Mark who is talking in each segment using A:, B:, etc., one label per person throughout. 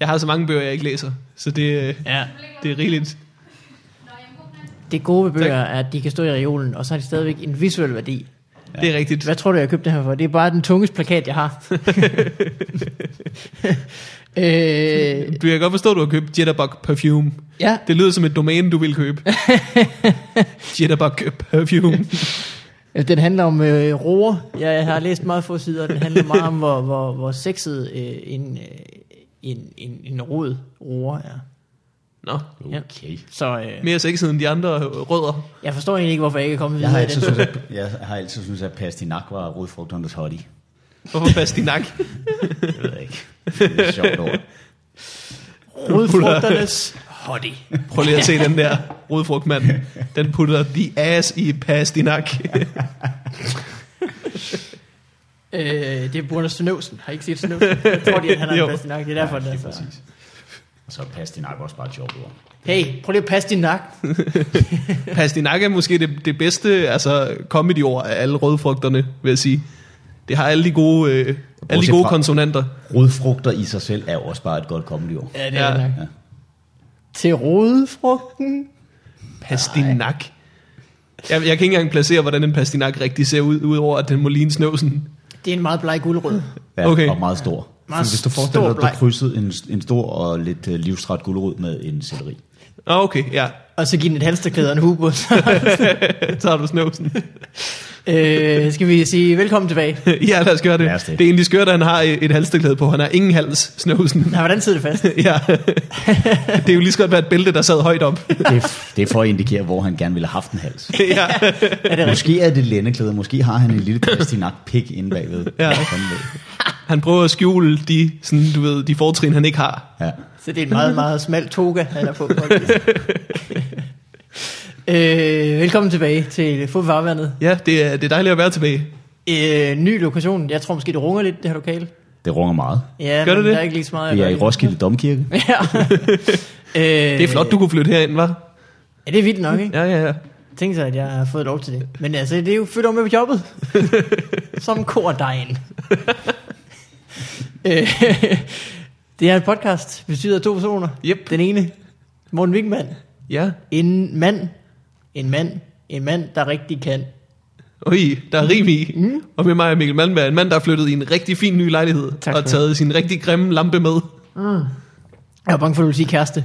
A: Jeg har så mange bøger, jeg ikke læser, så det, øh,
B: Ja.
A: det er rigeligt.
C: Det gode ved bøger er, at de kan stå i reolen, og så har de stadigvæk en visuel værdi.
A: Ja. Det er rigtigt.
C: Hvad tror du, jeg købte det her for? Det er bare den tungeste plakat, jeg har. øh,
A: Du kan godt forstå, at du har købt Jitterbug Perfume.
C: ja,
A: Det lyder som et domæne, du vil købe. Jitterbug Perfume.
C: den handler om øh, roer. Jeg har læst meget få sider, og den handler meget om, hvor, hvor, hvor sexet øh, en, øh, en, en, en rod roer er.
A: Nå,
B: Okay.
C: Så øh,
A: mere sexet end de andre øh, rødder.
C: jeg forstår egentlig ikke, hvorfor jeg ikke er kommet
B: Jeg har
C: videre i den.
B: altid syntes, at, jeg har altid syntes, at pastinak var rodfrugternes hottie.
A: Hvorfor pastinak?
B: Det ved jeg ikke. Det er et sjovt ord.
C: Rodfrugternes hottie.
A: Prøv lige at se den der rodfrugtmand. Den putter the ass i pastinak.
C: Øh, det er Bruno Snøvsen. Har I ikke set Snøvsen? Jeg tror, de, at han har
A: Jo.
C: en pastinak. Det er derfor, den er
B: Lige
C: så.
B: præcis. Og så er pastinak også bare et sjovt ord.
C: Hey, prøv lige at passe din nak.
A: pastinak er måske det, det bedste altså, comedy-ord af alle rødfrugterne, vil jeg sige. Det har alle de gode, øh, alle de
B: Bortset
A: gode
B: fra-
A: konsonanter.
B: Rodfrugter i sig selv er jo også bare et godt comedyord.
C: Ja, det
A: Ja.
C: er ja.
B: Ja.
C: nok. Til rodefrugten.
A: Pastinak. Jeg, jeg kan ikke engang placere, hvordan en pastinak rigtig ser ud, udover at den må ligne snøvsen.
C: Det er en meget bleg guldrød.
B: Ja,
A: Okay.
B: Og meget stor.
C: Meget
B: Meget hvis du
C: stor
B: forestiller dig, at
C: bleg.
B: du krydsede en, en stor og lidt øh, livstræt gulerod med en selleri.
A: Ah, okay, ja.
C: Og så giv den et halsterklæde og en hue på.
A: Så har du snøvsen.
C: øh, skal vi sige velkommen tilbage.
A: ja, lad os gøre det.
B: Lad os
A: det.
B: det.
A: det er egentlig skørt, at han har et halsteklæde på. Han har ingen hals, snøvsen.
C: Nej, hvordan sidder det fast?
A: ja. det er jo lige så godt være et bælte, der sad højt op.
B: Det, er- det er for at indikere, hvor han gerne ville have haft en hals.
A: ja.
C: Er det rigtigt?
B: Måske er det lændeklæder, måske har han en lille pastinak-pik inde bagved.
A: Ja.
B: Sådan ved.
A: Han prøver at skjule de, sådan, du ved, de fortrin, han ikke har.
B: ja.
C: Så det er en meget, meget smal toga, han har på. på en vis. øh, velkommen tilbage til Fodfarvandet.
A: Ja, det er, det er dejligt at være tilbage.
C: Øh, ny lokation. Jeg tror måske, det runger lidt, det her lokale.
B: Det runger meget.
C: Ja,
A: Gør
C: men
A: det det?
C: Der er ikke lige så meget at
B: Vi er
C: gøre
B: i
C: lige nu.
B: Roskilde Domkirke.
C: Ja. øh,
A: Det er flot, du kunne flytte herind, var.
C: Ja, det er vildt nok, ikke?
A: Ja, ja, ja.
C: Tænk sig, at jeg har fået lov til det. Men altså, det er jo født om med på jobbet. Som kordejen. Øh, det er en podcast, bestyret af to personer.
A: Yep.
C: Den ene, Morten Wigman.
A: Ja.
C: En mand. En mand. En mand, der rigtig kan.
A: Oj, der er rim i. Mm. Og med mig er Mikkel Malmberg, en mand, der er flyttet i en rigtig fin ny lejlighed.
C: Tak
A: og
C: skal du
A: taget sin rigtig grimme lampe med.
C: Jeg var bange for, at du ville sige kæreste.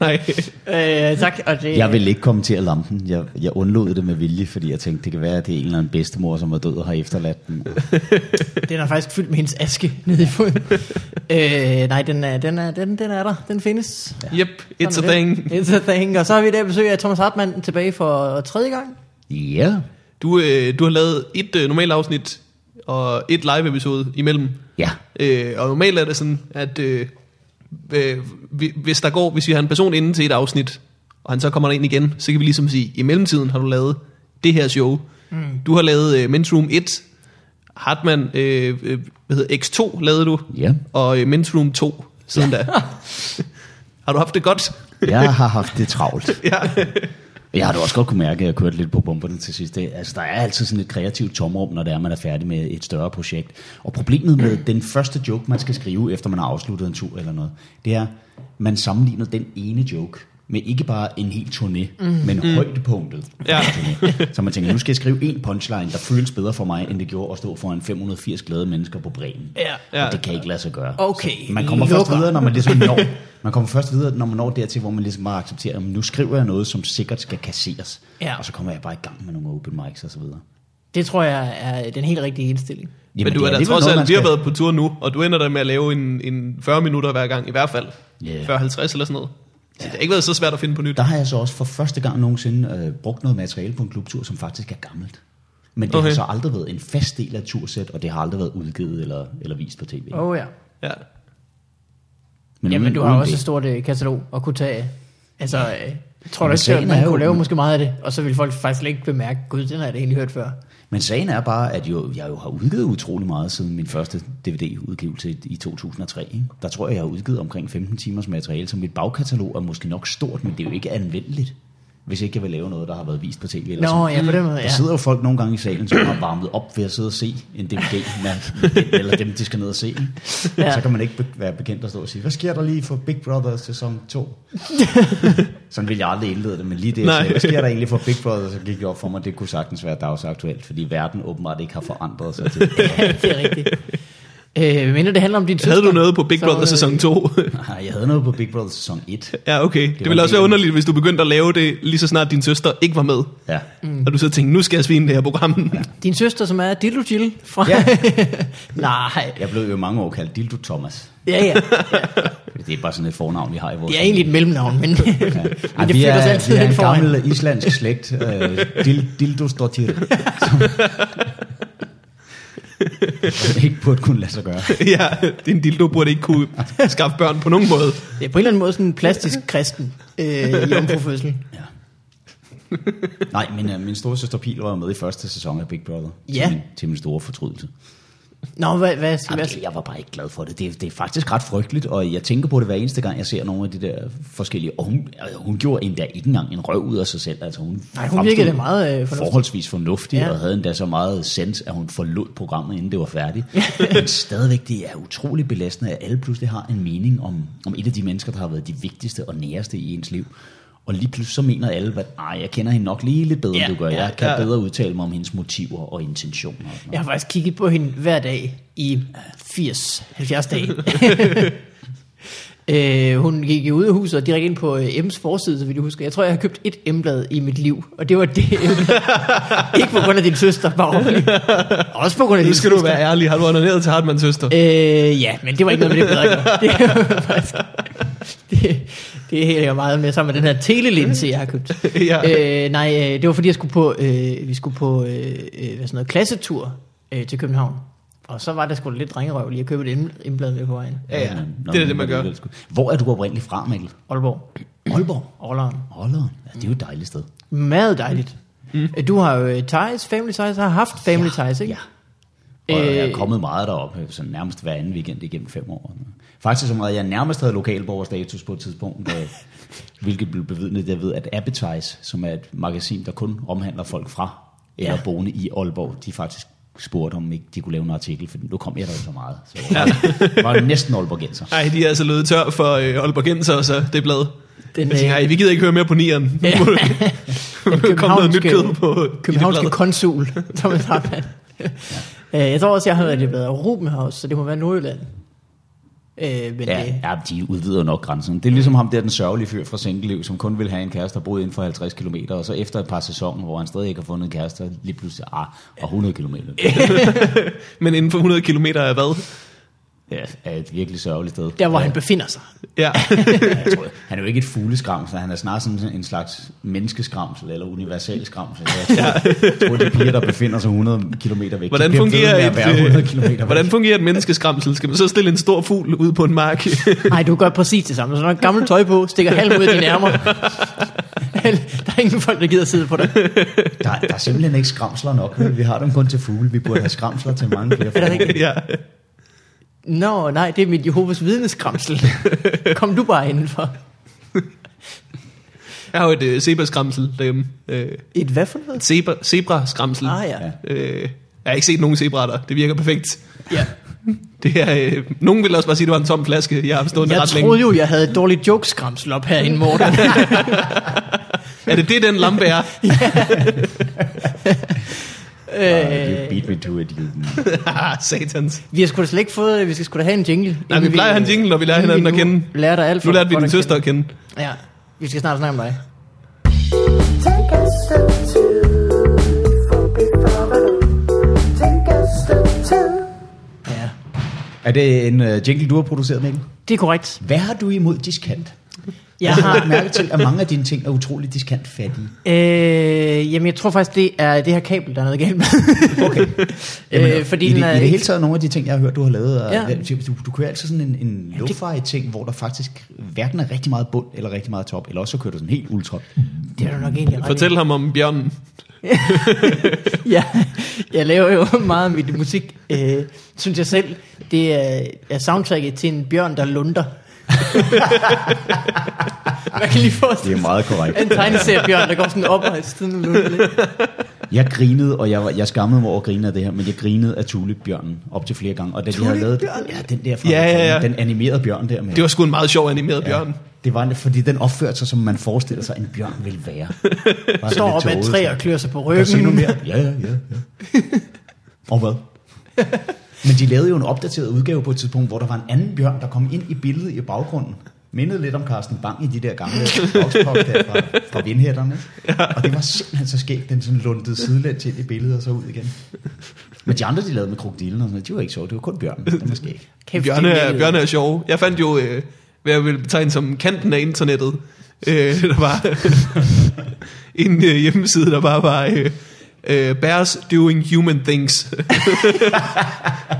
A: Nej,
C: Øh, tak. Og det,
B: Jeg ville ikke kommentere lampen. Jeg, jeg undlod det med vilje, fordi jeg tænkte, det kan være, at det er en eller anden bedstemor, som er død og har efterladt den.
C: Den er faktisk fyldt med hendes aske nede i foden. øh, nej, den er, den, er, den, den er der. Den findes.
A: yep, it's a
C: Sådan er det.
A: thing.
C: It's a thing. Og så har vi i dag besøg af Thomas Hartmann tilbage for tredje gang.
B: Ja.
A: Du, øh, du har lavet et øh, normalt afsnit og et live-episode imellem.
B: Ja.
A: Øh, og normalt er det sådan, at øh, øh, vi- hvis der går, hvis vi har en person inde til et afsnit, og han så kommer ind igen, så kan vi ligesom sige, i mellemtiden har du lavet det her show. Mm. Du har lavet øh, Men's Room 1, Hartmann, øh, øh, hvad hedder X2 lavede du,
B: Ja.
A: og øh, Men's Room 2 siden da. har du haft det godt?
B: Jeg har haft det travlt.
A: ja.
B: Jeg har da også godt kunne mærke, at jeg kørte lidt på bumperne til sidst. Det, altså, der er altid sådan et kreativt tomrum, når det er, man er færdig med et større projekt. Og problemet med den første joke, man skal skrive, efter man har afsluttet en tur eller noget, det er, man sammenligner den ene joke med ikke bare en hel turné, mm. men mm. højdepunktet.
A: Ja.
B: Så man tænker, nu skal jeg skrive en punchline, der føles bedre for mig, end det gjorde at stå foran 580 glade mennesker på Bremen.
C: Ja.
A: Ja.
B: Og det kan ikke lade sig gøre.
C: Okay,
B: Så man kommer
C: lukker.
B: først videre, når man ligesom når. Man kommer først videre, når man når dertil, hvor man ligesom bare accepterer, at nu skriver jeg noget, som sikkert skal kasseres.
C: Ja.
B: Og så kommer jeg bare i gang med nogle open mics og så videre.
C: Det tror jeg er den helt rigtige indstilling.
A: Men du
B: det
A: er da
B: alligevel
A: trods
B: noget,
A: alt,
B: man
A: vi har
B: skal-
A: været på tur nu, og du ender der med at lave en, en 40 minutter hver gang, i hvert fald.
B: Ja.
A: 40-50 eller sådan noget. Så det har ikke været så svært at finde på nyt.
B: Der har jeg så også for første gang nogensinde øh, brugt noget materiale på en klubtur, som faktisk er gammelt. Men det
A: Okay.
B: okay. har så aldrig været en fast del af et tursæt, og det har aldrig været udgivet eller, eller vist på tv.
C: Åh oh, ja.
A: Ja.
B: Men
C: Jamen,
B: uden-
C: du har
B: uden
C: også
B: det-
C: et stort øh, katalog at kunne tage af. Altså, øh, jeg tror du ikke,
B: Men
C: at
B: sagen er
C: man
B: jo-
C: kunne lave måske meget af det, og så ville folk faktisk slet ikke bemærke, gud, den har jeg da egentlig hørt før.
B: Men sagen er bare, at jo, jeg jo har udgivet utrolig meget siden min første DVD-udgivelse i- i 2003. Ikke? Der tror jeg, jeg har udgivet omkring 15 timers materiale, så mit bagkatalog er måske nok stort, men det er jo ikke anvendeligt. hvis ikke jeg vil lave noget, der har været vist på tv. Eller
C: Nå,
B: sådan.
C: ja, på den måde,
B: Der
C: ja.
B: sidder jo folk nogle gange i salen, som har varmet op ved at sidde og se en DVD, med, eller dem, de skal ned og se.
C: Ja.
B: Ja. Så kan man ikke be- være bekendt at stå og sige, hvad sker der lige for Big Brother sæson 2? Sådan ville jeg aldrig indlede det, men lige det, jeg
A: Nej.
B: sagde, hvad sker der egentlig for Big Brother, så gik det op for mig, det kunne sagtens være dagsaktuelt, fordi verden åbenbart ikke har forandret sig til.
C: det er rigtigt. Øh, men det handler om din
A: Havde
C: søster,
A: du noget på Big
C: så,
A: Brother
C: øh,
A: sæson 2?
B: Nej, jeg havde noget på Big Brother sæson 1.
A: ja, okay. Det,
B: var
A: ville også
B: en
A: være
B: del.
A: underligt, hvis du begyndte at lave det, lige så snart din søster ikke var med.
B: Ja.
A: Og du så tænkte, nu skal jeg svine det her program.
C: Din søster, som er Dildo Jill fra...
B: Ja.
C: Nej.
B: Jeg blev jo i mange år kaldt Dildo Thomas.
C: Ja, ja.
B: Det er bare sådan et fornavn, vi har i vores
C: Det er egentlig et mellemnavn, men, ja. men det
B: Ej, vi,
C: flytter sig
B: er,
C: altid
B: vi er
C: hen
B: en
C: foran.
B: gammel islandsk slægt. Øh, dil, dildo står til. Som ikke burde kunne lade sig gøre.
A: ja, din dildo burde ikke kunne skaffe børn på nogen måde.
C: Det er på en eller anden måde sådan en plastisk kristen øh, jomfrufødsel.
B: Ja. Nej, men øh, min store søster Pil var jo med i første sæson af Big Brother.
C: Ja.
B: Til min, til min store fortrydelse.
C: Nå, hvad, hvad, skal,
B: Jamen,
C: hvad
B: det, jeg var bare ikke glad for det. det. Det er faktisk ret frygteligt, og jeg tænker på det hver eneste gang, jeg ser nogle af de der forskellige... Og hun, altså, hun gjorde endda ikke engang en røv ud af sig selv. Altså, hun
C: Nej, hun
B: fremstod
C: virkede meget, øh, fornuftig.
B: forholdsvis fornuftig,
C: Ja.
B: ja. og havde endda så meget sens, at hun forlod programmet, inden det var færdigt. Men stadigvæk, det er utrolig belastende, at alle pludselig har en mening om, om et af de mennesker, der har været de vigtigste og næreste i ens liv. Og lige pludselig så mener alle, at "Ej, jeg kender hende nok lige lidt bedre,
C: Ja,
B: ja, end du gør.
C: ja,
B: Jeg kan
A: ja.
B: bedre udtale mig om hendes motiver og intentioner. og sådan noget."
C: Jeg har faktisk kigget på hende hver dag i 80-70 dage. øh, hun gik jo ud af huset og direkte ind på øh, M's forside, så vidt jeg husker. Jeg tror, jeg har købt et M-blad i mit liv, og det var det M-blad. Ikke på grund af din søster, bare rolig. Også på grund af
A: Nu
C: din
A: skal
C: søster.
A: du være ærlig. Har du onaneret til Hartmanns søster?
C: Øh, ja, men det var ikke noget med det bedre at gøre. Det, var faktisk, det, det hænger jeg meget med sammen med den her telelinse, jeg har købt.
A: Ja.
C: Øh, nej, øh, det var fordi, jeg skulle på, øh, vi skulle på øh, øh, hvad sådan noget, klassetur øh, til København. Og så var det sgu da lidt drengerøv lige at købe et em- emblad med på vejen.
A: Ja, ja.
B: Men,
A: Det
B: nå,
A: er det,
B: men
A: man gør.
B: alligevel sgu. Hvor er du oprindeligt fra, Mikkel?
C: Aalborg.
B: Aalborg.
C: Aalborg.
B: Aalborg. Ja, det er jo et dejligt sted.
C: Meget dejligt. Mm. Du har jo øh, Thijs, Family Thijs, har haft Family ja, Thijs, ikke?
B: Ja. Og jeg
C: Øh,
B: er kommet meget derop, øh, sådan nærmest hver anden weekend igennem fem år. Faktisk så meget, at jeg nærmest havde lokalborgerstatus på et tidspunkt, øh, hvilket blev bevidnet, jeg ved, at Appetize, som er et magasin, der kun omhandler folk fra eller
C: Ja.
B: ja. boende i Aalborg, de faktisk spurgte, om ikke de kunne lave en artikel, for nu kom jeg der jo så meget. Så jeg var, var næsten Aalborgenser.
A: Ej, de er altså løbet tør for øh, Aalborg Genser og så det blad. Den,
C: Den,
A: jeg tænker,
C: øh,
A: ej, vi gider ikke høre mere på nieren. Nu
C: Ja.
A: må du-
C: Den
A: nu kom noget nyt
C: københavnske-
A: kød på i
C: Københavnske
A: det blad.
C: konsul, Thomas Hartmann. ja. Jeg tror også, jeg har været lidt bedre. Rubenhaus, så det må være Nordjylland. Øh, men
B: Ja,
C: det,
B: ja, de udvider jo nok grænsen. Det er ligesom ham der, den sørgelige fyr fra Sengeliv, som kun vil have en kæreste, der boede inden for 50 km, og så efter et par sæsoner, hvor han stadig ikke har fundet en kæreste, lige pludselig, ah, og 100 km.
A: Men inden for 100 km af hvad?
B: Ja, er et virkelig sørgeligt sted.
C: der, hvor
B: ja,
C: han befinder sig.
A: Ja,
B: jeg tror, han er jo ikke et fugleskramsel, han er snarere sådan en slags menneskeskramsel, eller universel skramsel. Så Jeg tror, jeg tror, de piger, der befinder sig 100 km væk,
A: hvordan
B: de bliver ved med
A: fungerer,
B: at
A: et,
B: være 100 km
A: øh,
B: væk.
A: hvordan fungerer et menneskeskramsel? Skal man så stille en stor fugl ud på en mark?
C: Nej, du gør præcis det samme. Så nok gammelt tøj på, stikker halm ud af dine ærmer. der er ingen folk, der gider sidde på dig.
B: Der, der er simpelthen ikke skramsler nok. vel? Vi har dem kun til fugle. Vi burde have skramsler til mange flere.
C: Er det rigtigt?
A: ja.
C: Nå, nej, det er mit Jehovas vidneskramsel. Kom du bare indenfor.
A: Jeg har jo et øh, zebra-skramsel derhjemme. Øh,
C: Et hvad for noget?
A: et zebra, zebra-skramsel.
C: Ah ja.
B: Ja.
A: Øh, jeg har ikke set nogen zebraer der. Det virker perfekt.
C: ja.
A: Det er, øh, nogen ville også bare sige, at det var en tom flaske. Jeg har stået
C: Jeg
A: ret
C: troede
A: længe.
C: jo, jeg havde et dårligt jokeskramsel op herinde, Morten.
A: Er det det, den lampe er?
C: Øh,
B: Uh, you beat me to it, you.
A: ah, satans.
C: Vi har sgu da slet ikke fået, vi skal sgu da have en jingle.
A: Nej, vi plejer at have en jingle, når vi lærer hinanden at kende.
C: Lærer dig alt for
A: Nu lærte vi
C: godt
A: din
C: at
A: søster at kende.
C: kende. Ja, vi skal snart snakke om dig.
D: Take a step two before before the Take a step two.
C: Ja,
B: Er det en uh, jingle, du har produceret, Mikkel?
C: det er korrekt.
B: Hvad har du imod diskant?
C: Jeg
B: Jeg har
C: har,
B: mærket til, at mange af dine ting er utroligt diskantfattige.
C: øh, jamen jeg tror faktisk, det er det her kabel, der er noget galt med.
B: Okay.
C: Øh, fordi
B: i,
C: den
B: det,
C: er
B: I det hele
C: ikke-
B: taget nogle af de ting, jeg har hørt, du har lavet, er,
C: Ja.
B: ja. du, du kører altid sådan en, en
C: det-
B: lo-fi-ting, hvor der faktisk hverken er rigtig meget bund eller rigtig meget top, eller også så kører du sådan helt ultra.
C: det er du nok egentlig ret i.
A: Fortæl ham om bjørnen.
C: ja, jeg laver jo meget af mit musik, øh, synes jeg selv. Det er, er soundtracket til en bjørn, der lunder. Man kan lige forestille
B: Det er meget korrekt.
C: sig en tegneseriebjørn, der går sådan op og siden lidt.
B: Jeg grinede, og jeg, var, jeg skammede mig over at grine af det her, men jeg grinede af Tulipbjørnen op til flere gange. Og da de havde lavet
A: Tulipbjørnen?
B: ja, den der fra
A: Ja, ja, ja.
B: den animerede bjørn der med.
A: Det var sgu en meget sjov animeret bjørn.
B: det var, fordi den opførte sig, som man forestiller sig, en bjørn ville være. Bare
C: Står op ad et træ og klør sig på
B: Kan du sige noget
C: ryggen.
B: mere? Ja, ja, ja. ja. og hvad? Men de lavede jo en opdateret udgave på et tidspunkt, hvor der var en anden bjørn, der kom ind i billedet i baggrunden. Mindede lidt om Carsten Bang i de der gamle boxpop der fra, fra vindhætterne. Og det var simpelthen så skægt, den sådan lundede sidelæns ind i billedet og så ud igen. Men de andre, de lavede med krokodilen og sådan noget, de var ikke sjove, det var kun bjørnen, den var skæg.
C: Kæft,
A: Bjørne,
C: det
A: er,
C: virkede.
A: bjørne er sjove. Jeg fandt jo, øh, hvad jeg ville betegne som kanten af internettet. Øh, der var en øh, hjemmeside, der bare var... Øh, øh, bears doing human things.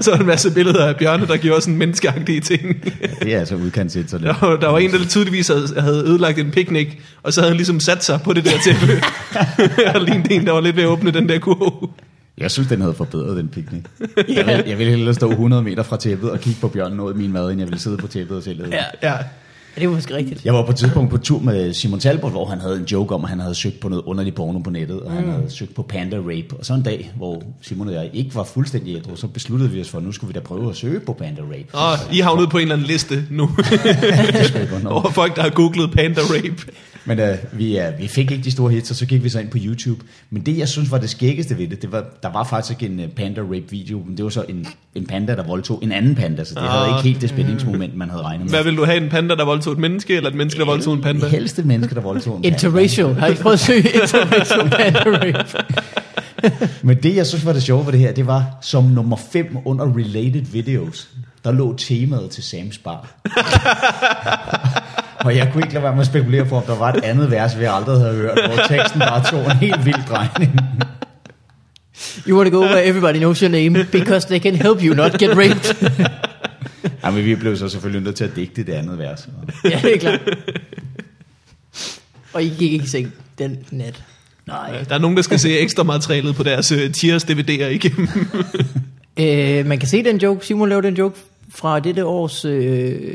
A: så var der en masse billeder af bjørne, der gjorde sådan menneskeagtige ting.
B: Det er altså udkantsinternet.
A: Der var, der var en, der tydeligvis havde, havde ødelagt en picnic, og så havde han ligesom sat sig på det der tæppe. og lignede en, der var lidt ved at åbne den der kurve.
B: Jeg synes, den havde forbedret den picnic. Jeg, ville, jeg ville hellere stå 100 meter fra tæppet og kigge på bjørnen ud i min mad, end jeg ville sidde på tæppet og se lidt.
C: Ja,
A: Ja.
C: ja, det var måske rigtigt.
B: Jeg var på et tidspunkt på tur med Simon Talbot, hvor han havde en joke om, at han havde søgt på noget underlig porno på nettet, og mm. han havde søgt på panda rape. Og så en dag, hvor Simon og jeg ikke var fuldstændig ædru, så besluttede vi os for, at nu skulle vi da prøve at søge på panda rape.
A: Og I er havnet på en eller anden liste nu,
B: Det skulle jeg godt nok.
A: over folk, der har googlet panda rape.
B: Men øh, vi, øh, vi fik ikke de store hits, og så gik vi så ind på YouTube. Men det, jeg synes var det skæggeste ved det, det var, der var faktisk en øh, panda-rape-video, men det var så en, en panda, der voldtog en anden panda, så det havde ikke helt det spændingsmoment, man havde regnet med.
A: Ah. Hvad vil du have, en panda, der voldtog et menneske, eller et menneske, der voldtog en panda?
B: Helst et menneske, der voldtog en panda.
C: Interracial. Har I prøvet at søge interracial panda rape?
B: Men det, jeg synes var det sjove ved det her, det var som nummer 5 under related videos, der lå temaet til Sam's Bar. og jeg kunne ikke lade være med at spekulere på, om der var et andet vers, vi aldrig havde hørt, hvor teksten bare tog en helt vild drejning.
C: You want to go where everybody knows your name, because they can help you not get raped.
B: Ja, men vi blev så selvfølgelig nødt til at digte det andet vers.
C: ja, det er klart. Og I gik ikke i seng den nat.
B: Nej.
A: Der er nogen, der skal se ekstra materialet på deres uh, Tiers DVD'er igennem.
C: Øh, man kan se den joke, Simon lavede den joke fra dette års øh,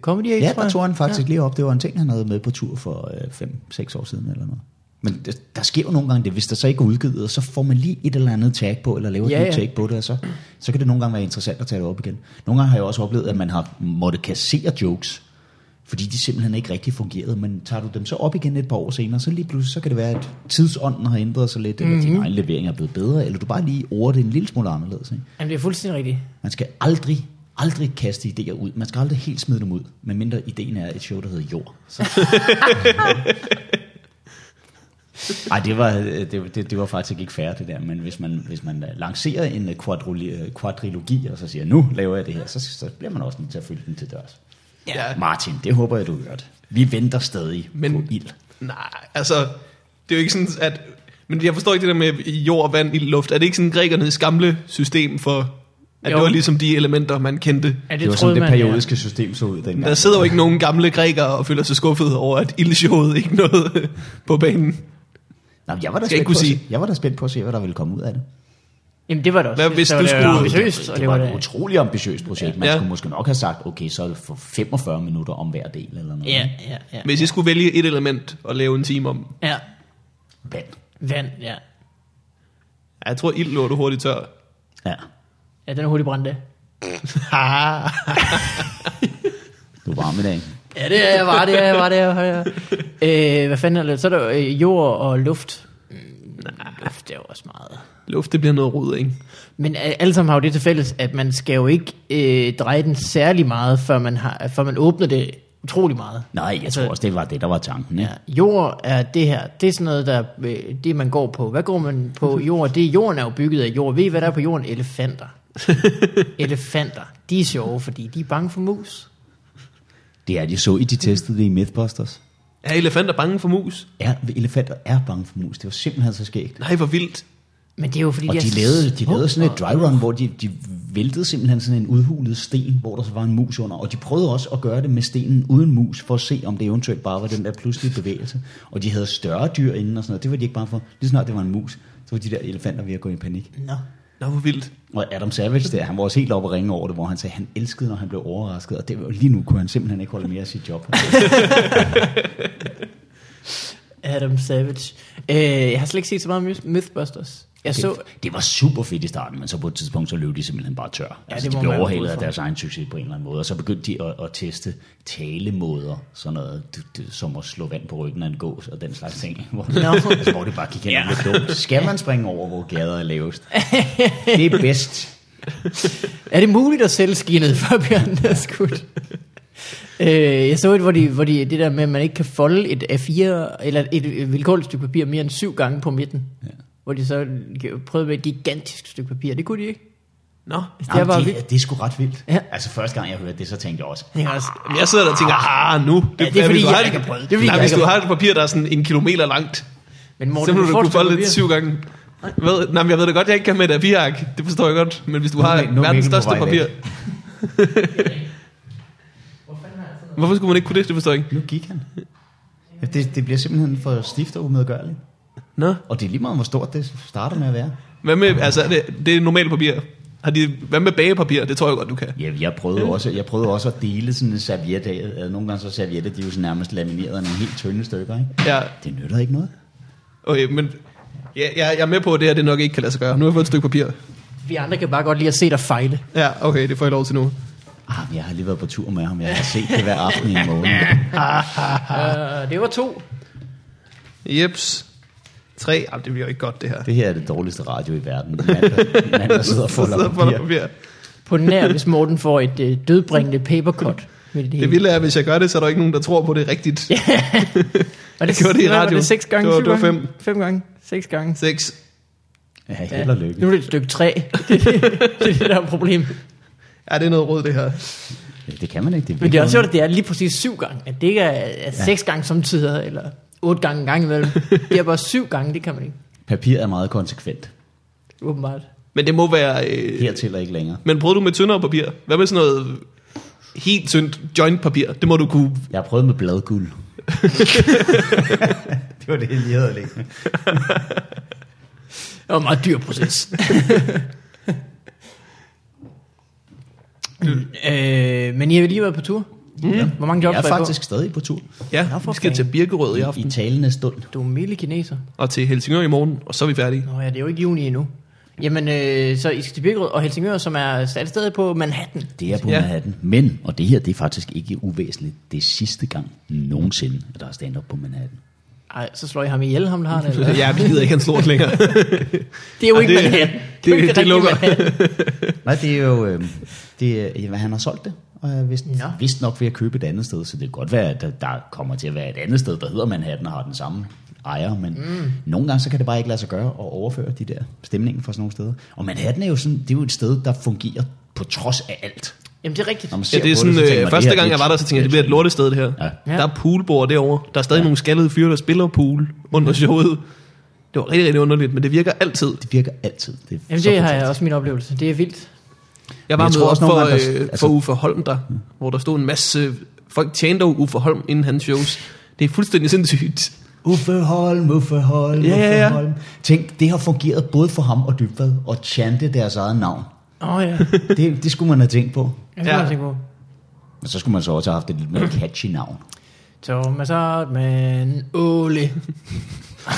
C: Comedy Ace,
B: Ja,
C: tror
B: der
C: jeg.
B: tog han faktisk lige op. Det var en ting, han havde med på tur for 5-6 år siden eller noget. Men der, der sker jo nogle gange det, hvis der så ikke er udgivet, så får man lige et eller andet tag på, eller laver ja,
C: Ja,
B: et nyt
C: ja.
B: tag på det, og så, så kan det nogle gange være interessant at tage det op igen. Nogle gange har jeg også oplevet, at man har måtte kassere jokes, fordi de simpelthen ikke rigtig fungerede, men tager du dem så op igen et par år senere, så lige pludselig, så kan det være, at tidsånden har ændret sig lidt, eller mm-hmm.
C: Mhm.
B: din egen levering er blevet bedre, eller du bare lige order det en lille smule anderledes. Ikke?
C: Jamen, det er fuldstændig rigtigt.
B: Man skal aldrig, aldrig kaste idéer ud. Man skal aldrig helt smide dem ud, medmindre ideen er et show, der hedder Jord. Så... Ej, det var, øh, det, det, det var faktisk ikke fair, det der. Men hvis man, hvis man øh, lancerer en øh, quadroli- øh, quadrilogi, og så siger, nu laver jeg det her, så, så bliver man også nødt til at følge den til dørs.
A: Ja.
B: Martin, det håber jeg, du hørte. Vi venter stadig Men... på
A: Men-
B: ild.
A: Nej, altså, det er jo ikke sådan, at... Men jeg forstår ikke det der med jord, vand, ild, luft. Er det ikke sådan grækernes gamle system for, at jo.
C: Jo.
A: det var ligesom de elementer, man kendte?
C: Ja, det,
B: Det var
C: troede
B: sådan, det
C: man, ja.
B: periodiske system så ud dengang.
A: Der sidder jo ikke nogen gamle grækere og føler sig skuffet over, at ildshowet ikke nåede på banen.
B: Nå, men jeg, var da
A: Skal jeg ikke
B: spændt på at
A: kunne
B: se,
A: sige.
B: jeg var da spændt på at se, hvad der ville komme ud af det.
C: Jamen, det var det også.
A: Hvad hvis
C: Så
A: du
C: det var
A: skulle-
C: ambitiøst,
B: det,
C: og
B: det, det var,
C: var
B: et
C: det.
B: utrolig ambitiøst projekt. Man
A: Ja.
B: ja. skulle måske nok have sagt, okay, så er det for 45 minutter om hver del eller noget.
C: Ja, ja, ja.
A: Hvis I skulle vælge et element og lave en time om,
C: ja.
B: Vand.
C: Vand, ja.
A: Ja, jeg tror, ild lå du hurtigt tør.
B: Ja.
C: Ja, den er hurtigt brændt af.
B: Du er varm i dag.
C: Ja, det er jeg bare, det er jeg bare, det er jeg bare. Øh, hvad fanden er det? Så er der øh, jord og luft. Mm, luft er jo også meget.
A: Luft, det bliver noget rod, ikke?
C: Men øh, alle sammen har jo det til fælles, at man skal jo ikke øh, dreje den særlig meget, før man, har, før man åbner det utrolig meget.
B: Nej, jeg
C: Altså-
B: tror også, det var det, der var tanken. Ja.
C: Jord er det her, det er sådan noget, der, øh, det man går på. Hvad går man på jord? Det er jorden er jo bygget af jord. Ved I, hvad der er på jorden? Elefanter. Elefanter. De er sjove, fordi de er bange for mus.
B: Det er, de så i, de testede det i Mythbusters.
A: Er elefanter bange for mus?
B: Ja, elefanter er bange for mus. Det var simpelthen så skægt.
A: Nej, hvor vildt.
C: Men det er jo fordi,
B: Og
C: er
B: de lavede, de
C: små.
B: lavede sådan et dry run, hvor de, de væltede simpelthen sådan en udhulet sten, hvor der så var en mus under. Og de prøvede også at gøre det med stenen uden mus, for at se, om det eventuelt bare var den der pludselige bevægelse. Og de havde større dyr inden og sådan noget. Det var de ikke bare for. Lige snart det var en mus, så var de der elefanter ved at gå i panik.
C: Nå.
A: Nå, hvor vildt.
B: Og Adam Savage der, han var også helt oppe og ringe over det, hvor han sagde, han elskede, når han blev overrasket. Og det var, lige nu kunne han simpelthen ikke holde mere af sit job.
C: Savage. Øh, jeg har slet ikke set så meget Myth- Mythbusters. Jeg okay. så,
B: det, det var super fedt i starten, men så på et tidspunkt, så løb de simpelthen bare tør. Ja, altså,
C: det
B: de
C: må
B: blev
C: man gå
B: overhalet
C: ud
B: af
C: fra.
B: deres egen succes på en eller anden måde, og så begyndte de at, at teste talemåder, sådan noget, du, du, som at slå vand på ryggen af en gås og den slags ting, hvor, no. altså, hvor det bare gik hen ja. lidt dumt. Skal man springe over, hvor gader er lavest? Det er bedst.
C: er det muligt at sælge skinnet, før bjørnen er skudt? øh, jeg så et, hvor, de, hvor de, det der med, at man ikke kan folde et A4, eller et øh, vilkårligt stykke papir mere end syv gange på midten. Ja. Hvor de så prøvede med et gigantisk stykke papir. Det kunne de ikke.
A: Nå.
C: Altså,
B: Jamen,
C: det var
B: det,
C: vildt.
B: det, det er sgu ret vildt.
C: Ja.
B: Altså første gang, jeg hørte det, så tænkte jeg også,
C: Det var også,
A: Men jeg sidder der og tænker, ah, nu.
C: Ja, det er
A: hvis
C: fordi,
A: du
C: jeg
A: har et-
C: ikke kan prøve det. Det er fordi,
A: Nej,
C: jeg
A: hvis
C: ikke
A: du
C: kan
A: har et papir, der er sådan en kilometer langt,
C: men Morten,
A: så må du
C: får
A: kunne
C: et stykke
A: folde det
C: papir.
A: syv gange. Ved, nej, men jeg ved det godt, jeg ikke kan med et A4-ark. Det forstår jeg godt. Men hvis du
B: Nu er
A: har
B: Mikkel- nu er
A: verdens
B: Mikkel på
A: største
B: vej
A: papir...
B: væk.
A: Hvorfor skulle man ikke kunne det? Det forstår jeg ikke.
B: nu gik han. Ja, Det, det bliver simpelthen for stift og umedgørligt.
A: Nå.
B: Og det er lige meget, hvor stort det starter med at være.
A: Hvad med, altså, er det, det er normalt papir. Har de, hvad med bagepapir? Det tror jeg godt, du kan.
B: Ja, jeg prøvede, også, jeg prøvede også at dele sådan en serviet af. Altså, Nogle gange så er servietter, de er jo sådan nærmest lamineret af nogle helt tynde stykker, ikke?
A: Ja,
B: Det nytter ikke noget.
A: okay, men ja, jeg, jeg er med på, at det her det nok ikke kan lade sig gøre. Nu har jeg fået et stykke papir.
C: Vi andre kan bare godt lide at se dig fejle.
A: Ja, okay, det får jeg lov til nu.
B: Ah, men jeg har lige været på tur med ham. Jeg har set det hver aften i en måned.
C: Uh, det var to.
A: Jeps. Tre. Jamen, det bliver jo ikke godt, det her.
B: Det her er det dårligste radio i verden. En mand, der, en mand, der sidder og
A: Så sidder
B: folder
A: jeg folder
B: papir.
A: papir.
C: På nær, hvis Morten får et øh, dødbringende papercut. Med det,
A: Det
C: hele.
A: vilde er, hvis jeg gør det, så er der ikke nogen, der tror på det er rigtigt. Ja.
C: Var
A: Jeg gjorde det i
C: hvad var
A: radioen.
C: Det seks gange,
A: Det var-
C: syv
A: det var
C: gange, fem gange, seks gange.
A: Seks.
B: Ja, held og lykke.
C: Nu er det et stykke træ. Det er det, det, er det der er problemet.
A: Ja, det er noget råd, det her.
B: Ja, Det kan man ikke. Det er
C: Men det er også sjovt,
B: virkelig-
C: at det er lige præcis syv gange. At det ikke er, er seks gange samtidig, eller otte gange en gang imellem. Det er bare syv gange, det kan man ikke.
B: Papir er meget konsekvent.
C: Åbenbart.
A: Men det må være... Øh...
B: Hertil og ikke længere.
A: Men prøvede du med tyndere papir? Hvad med sådan noget helt tyndt jointpapir? Det må du kunne...
B: Jeg har prøvet med bladguld. det var det, jeg lige havde liggende.
C: Det var en meget dyr proces. Mm, øh, men I har lige været på tur? Mm. Hvor mange jobs
B: Jeg er
C: var I på?
B: faktisk stadig på tur.
A: Ja,
C: Nå, for
A: vi skal
C: fanden.
A: til Birkerød i
B: I
A: aften,
B: talende stund.
C: Du er milde kineser.
A: og til Helsingør i morgen, og så er vi færdige.
C: Nå ja, det er jo ikke juni endnu. Jamen, øh, så I skal til Birkerød og Helsingør, som er et sted på Manhattan.
B: Det er på
A: Ja.
B: ja. Manhattan. Men, og det her, det er faktisk ikke uvæsentligt. Det er sidste gang nogensinde, at der er stand-up på Manhattan.
C: Ej, så slår I ham ihjel, ham der har det. Eller?
A: Ja, vi gider ikke hans lort længere.
C: Det er jo
A: Ej,
C: ikke
A: det-
C: Manhattan. Det,
A: det-
C: er jo ikke
A: det
C: rigtige
A: lukker.
C: Manhattan.
B: Nej, det er jo...
A: øhm,
B: Øh, det er, hvad han har solgt det. Og jeg vidste,
C: Nå.
B: vidste nok ved at købe et andet sted, så det kan godt være, at der, der kommer til at være et andet sted, der hedder Manhattan og har den samme ejer, men mm. nogle gange så kan det bare ikke lade sig gøre at overføre de der stemningen fra sådan nogle steder. Og Manhattan er jo sådan, det er jo et sted, der fungerer på trods af alt.
C: Jamen, det er rigtigt.
B: Når man ser
A: Ja, det er
B: på så tænker
A: sådan,
B: man,
A: øh, første
B: her,
A: gang
B: det er
A: jeg var der, så tænkte jeg, det
B: et-
A: bliver et lortested, det her.
B: Ja.
A: Der er poolbord derovre. Der er stadig nogle skaldede fyre, der spiller pool under showet. Det var rigtig, rigtig underligt, men det virker altid.
B: Det virker altid. Det er
C: Jamen,
B: så
C: det har
B: fantastisk.
C: jeg også min oplevelse. Det er vildt.
A: Jeg
B: Men
A: var
B: jeg
A: med
B: tror
A: op
B: også nogle
A: for, øh,
B: gange, der- altså-
A: for Uffe Holm der, hvor der stod en masse... Folk tjente over Uffe Holm inden hans shows. Det er fuldstændig sindssygt.
B: Uffe Holm, Uffe Holm,
A: Ja, ja, ja.
B: Uffe Holm. Tænk, det har fungeret både for ham og Dybvad at chante deres eget navn.
C: Åh oh, ja,
B: Det, det skulle man have tænkt på.
C: det har
A: Ja.
C: jeg tænkt på.
B: Men så skulle man så også have haft et lidt mere catchy navn.
C: Thomas Hartmann, Ole.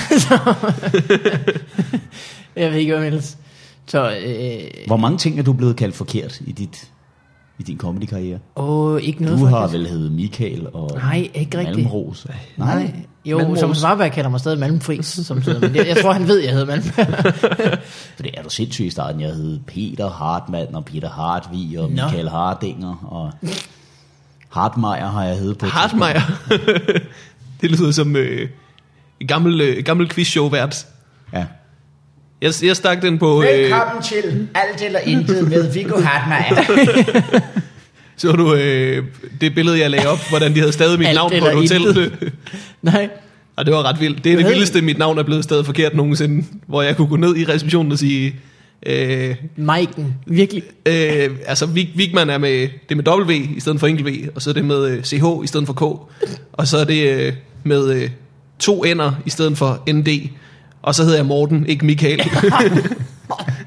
C: jeg ved ikke, hvad ellers. Så, øh,
B: Hvor mange ting er du blevet kaldt forkert i, dit, i din comedy-karriere?
C: åh, ikke noget
B: Du
C: faktisk.
B: har vel heddet Michael og
C: Nej, ikke rigtigt.
B: Malmros.
C: Nej. Jo,
A: Malmros.
C: Thomas Warberg kalder mig stadig Malmfris. Som sådan, men jeg, jeg tror, han ved, jeg hedder Malmberg.
B: For det er du sindssyg i starten. Jeg hed Peter Hartmann og Peter Hartvig og
C: Nå.
B: Michael Hardinger og... Hartmeier har jeg heddet på. et
A: Hartmeier. det lyder som øh, en gammel, øh, gammel quizshow-vært.
B: tidspunkt. Ja.
A: Jeg, jeg stak den på... Øh,
B: Velkommen til Alt eller Intet med Viggo Hartmeier.
A: så du øh, det billede, jeg lagde op, hvordan de havde stadig mit
C: Alt
A: navn på
C: eller
A: et hotel?
C: intet. Nej,
A: Og det var ret vildt. Det er det
C: ved-
A: vildeste, mit navn er blevet stadig forkert nogensinde. Hvor jeg kunne gå ned i receptionen og sige... Øh,
C: Maiken. Virkelig.
A: øh, altså, Vig, Vigman er med, det er med W i stedet for enkelt V, og så er det med øh, CH i stedet for K, og så er det øh, med øh, to N'er i stedet for ND, og så hedder jeg Morten, ikke Michael.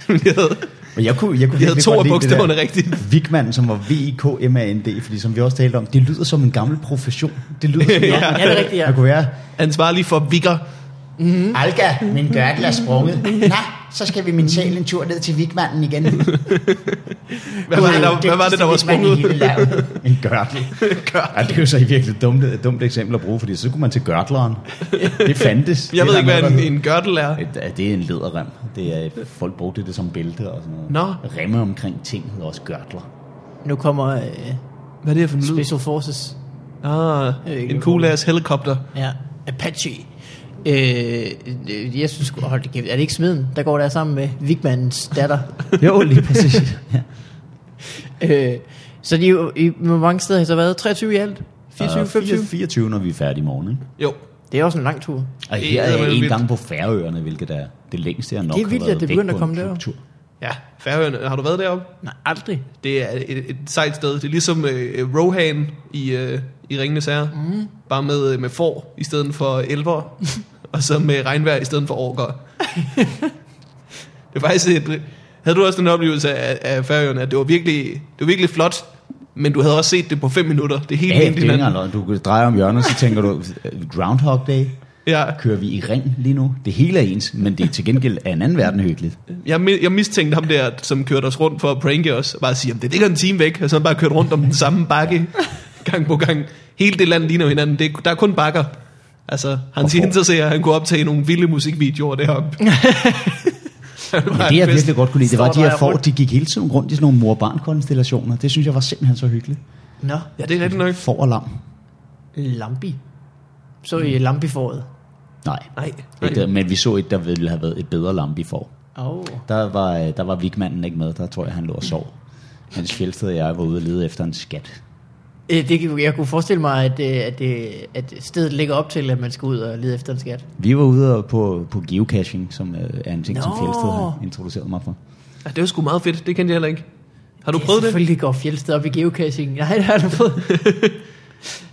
A: jeg havde,
B: Men jeg kunne, jeg kunne
A: jeg havde
B: virkelig
A: to
B: godt
A: af
B: lide det der.
A: bogstaverne rigtigt.
B: Vigman, som var V-I-K-M-A-N-D, fordi som vi også talte om, det lyder som en gammel profession. Det lyder som
A: Ja.
B: noget, man-
C: Ja, det er rigtigt, ja.
B: man kunne være.
A: Ansvarlig for Vigger.
B: Mm-hmm. Alga, min gørtel er sprunget. Nå, så skal vi min sjæl en tur ned til Vigmanden igen. Hvad
A: Hvad var det, der, hvad var, det, der var sprunget?
B: En gørtel. Ja, det er jo så i virkelig dumt, et dumt eksempel at bruge, fordi så kunne man til gørtleren. Det fandtes.
A: Jeg
B: Det
A: ved
B: er
A: ikke,
B: der
A: hvad en,
B: noget, der
A: en gørtel er.
B: hed. Et- Det er en læderrem. Det er, folk brugte det som bælte og sådan noget.
A: Nå.
B: Remme omkring ting hedder også gørtler.
C: Nu kommer øh,
A: Hvad er det her for en lyd?
C: Special Forces.
A: Ah,
C: ved ikke,
A: en
C: hvorfor.
A: cool ass helikopter.
C: Ja. Apache. Øh, øh, jeg synes, sgu- hold da kæft, er det ikke smeden, der går der sammen med Vigmans datter?
B: Jo, lige præcis. ja.
C: øh, så de er jo, i, hvor mange steder har I så været? 23 i alt? 24,
A: Øh,
B: Og
C: 25?
B: 24, når vi er færdige i morgen. Ikke?
A: Jo.
C: Det er også en lang tur.
B: Og
A: Det
B: her
A: er
B: er jeg
A: eddermame
B: en
A: vildt.
B: gang på Færøerne, hvilket er det længste, jeg nok
C: Det er vildt,
B: har været
C: at det
B: væk
C: begynder
B: på
C: at komme
B: en
C: derop.
B: klubtur.
A: Ja, Færøerne. Har du været deroppe?
C: Nej, aldrig.
A: Det er et, et sejt sted. Det er ligesom øh, Rohan i, øh, i Ringenes Herre. Mm. Bare med, øh, med får i stedet for elver. og så med regnvejr i stedet for orker. det er faktisk et... Havde du også den oplevelse af, af Færøerne, at det var, virkelig, det var virkelig flot, men du havde også set det på 5 minutter. Det er helt
B: Ja,
A: vildt
B: det er ikke engang, du drejer om hjørnet, så tænker du, øh, Groundhog Day,
A: Ja,
B: kører vi i ring lige nu. Det hele er ens, men det er til gengæld af en anden verden hyggeligt.
A: jeg, mi- jeg mistænkte ham der, som kørte os rundt for at pranke os, og bare sige, at det ligger en time væk, og så har han bare kørt rundt om den samme bakke, gang på gang. Hele det land ligner hinanden, det er, der er kun bakker. Altså, han
B: Og
A: siger,
B: får.
A: så ser han kunne optage nogle vilde musikvideoer deroppe. det
B: Men det, jeg virkelig godt kunne lide, det var, at de
C: Står der
B: her får,
C: rundt.
B: de gik hele tiden rundt i sådan nogle mor-barn-konstellationer. Det synes jeg var simpelthen så hyggeligt.
C: Nå,
A: Ja, det er rigtigt nok.
B: Får og lam.
C: Lampi. Så i
A: Mm.
C: Lampi-foråret.
B: Nej.
A: Nej,
B: Et, øh,
A: nej.
B: men vi så et, der ville have været et bedre lampe i får.
C: Oh.
B: Der var, øh, der var Vigmanden ikke med, der tror jeg, han lå og sov. Hans Fjeldsted og jeg var ude og lede efter en skat.
C: Øh, Det, kan- jeg kunne forestille mig, at, øh, at, øh, at stedet ligger op til, at man skal ud og lede efter en skat.
B: Vi var ude og på, på geocaching, som øh, er en ting, som
C: Nå.
B: Fjeldsted har introduceret mig for.
A: Ja, det var sgu meget fedt, det kendte jeg heller ikke. Har du prøvet
C: ja,
A: det?
C: selvfølgelig går fjeldsted op i geocaching. Nej, det har jeg aldrig prøvet.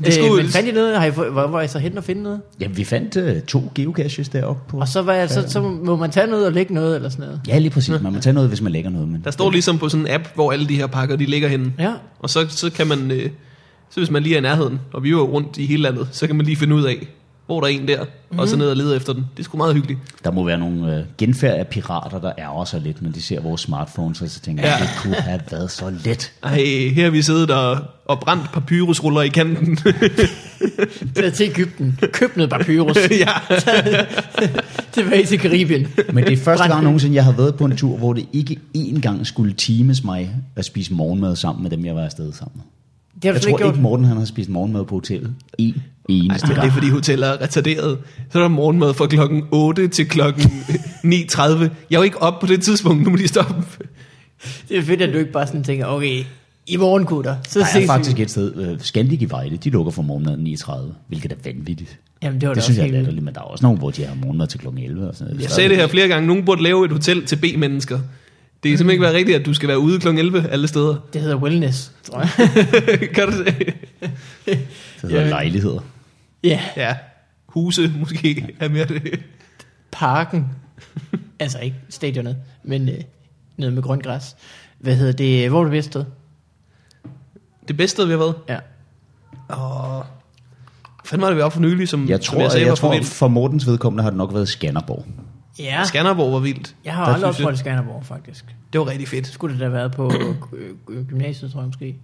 A: Det skulle-
C: øh, men fandt I noget? Har I, fået- hvor var I så hen og finde noget?
B: Jamen, vi fandt øh, to geocaches deroppe på...
C: Og så, var jeg, så, så må man tage noget og lægge noget eller sådan noget.
B: Ja, lige præcis. Man må tage noget, hvis man lægger noget. Men...
A: Der står ligesom på sådan en app, hvor alle de her pakker, de ligger henne.
C: Ja.
A: Og så, så kan man, øh, så hvis man lige er i nærheden, og vi var rundt i hele landet, så kan man lige finde ud af, hvor der er en der, mm. og så ned og lede efter den. Det er sgu meget hyggeligt.
B: Der må være nogle øh, genfærd af pirater, der ærger sig lidt, når de ser vores smartphones, og så tænker
A: Ja.
B: ja. det kunne have været så let.
A: Ej, her har vi siddet og, og brændt papyrusruller i kanten.
C: Tag til Ægypten. Køb noget papyrus.
A: ja.
C: Tilbage til Karibien.
B: Men det er første
C: Brændt.
B: gang nogensinde, jeg har været på en tur, hvor det ikke én gang skulle times mig at spise morgenmad sammen med dem, jeg var afsted sammen med.
C: Det har du
B: Jeg
C: slet ikke
B: tror
C: gjort.
B: ikke, Morten han har spist morgenmad på hotellet. En
A: Ej,
B: eneste
A: men det er
B: gang.
A: fordi hoteller er retarderet. Så er der morgenmad fra klokken 8 til klokken 9.30. Jeg er jo ikke oppe på det tidspunkt, nu må de stoppe.
C: Det er fedt, at du ikke bare sådan tænker, okay, i morgen kutter. Så
B: Der
C: ses
B: er
C: vi.
B: faktisk et sted, øh, Scandic i Vejle, de lukker for morgenmad 39, hvilket er vanvittigt.
C: Jamen, det var da
B: Det synes
C: også
B: jeg er
C: helt vildt.
B: latterligt, men der er også nogen, hvor de har morgenmad til altså. kl. 11 og sådan noget.
A: Jeg sagde det her flere gange. Nogen burde lave et hotel til B-mennesker. Det kan simpelthen ikke være rigtigt, at du skal være ude klokken 11 alle steder.
C: Det hedder wellness, tror jeg.
A: kan du det?
B: Det hedder
C: Ja.
B: lejligheder.
C: ja,
A: Ja, huse måske er mere det.
C: parken. altså ikke stadionet, men øh, noget med grønt græs. Hvad hedder det? Hvor er det bedste sted?
A: Det bedste, sted, vi har været.
C: Ja.
A: Og fanden var det, vi var for nylig, som,
B: Jeg
A: som
B: tror,
A: jeg
B: jeg,
A: sagde,
B: jeg,
A: var
B: jeg
A: for
B: tror
A: vildt.
B: for Mortens vedkommende har det nok været Skanderborg.
C: Ja,
A: Skanderborg var vildt.
C: jeg har
A: Der
C: aldrig
A: synes jeg-
C: opholdt i Skanderborg, faktisk.
A: Det var rigtig fedt.
C: Det skulle det da have været på øh, øh, gymnasiet, tror jeg måske.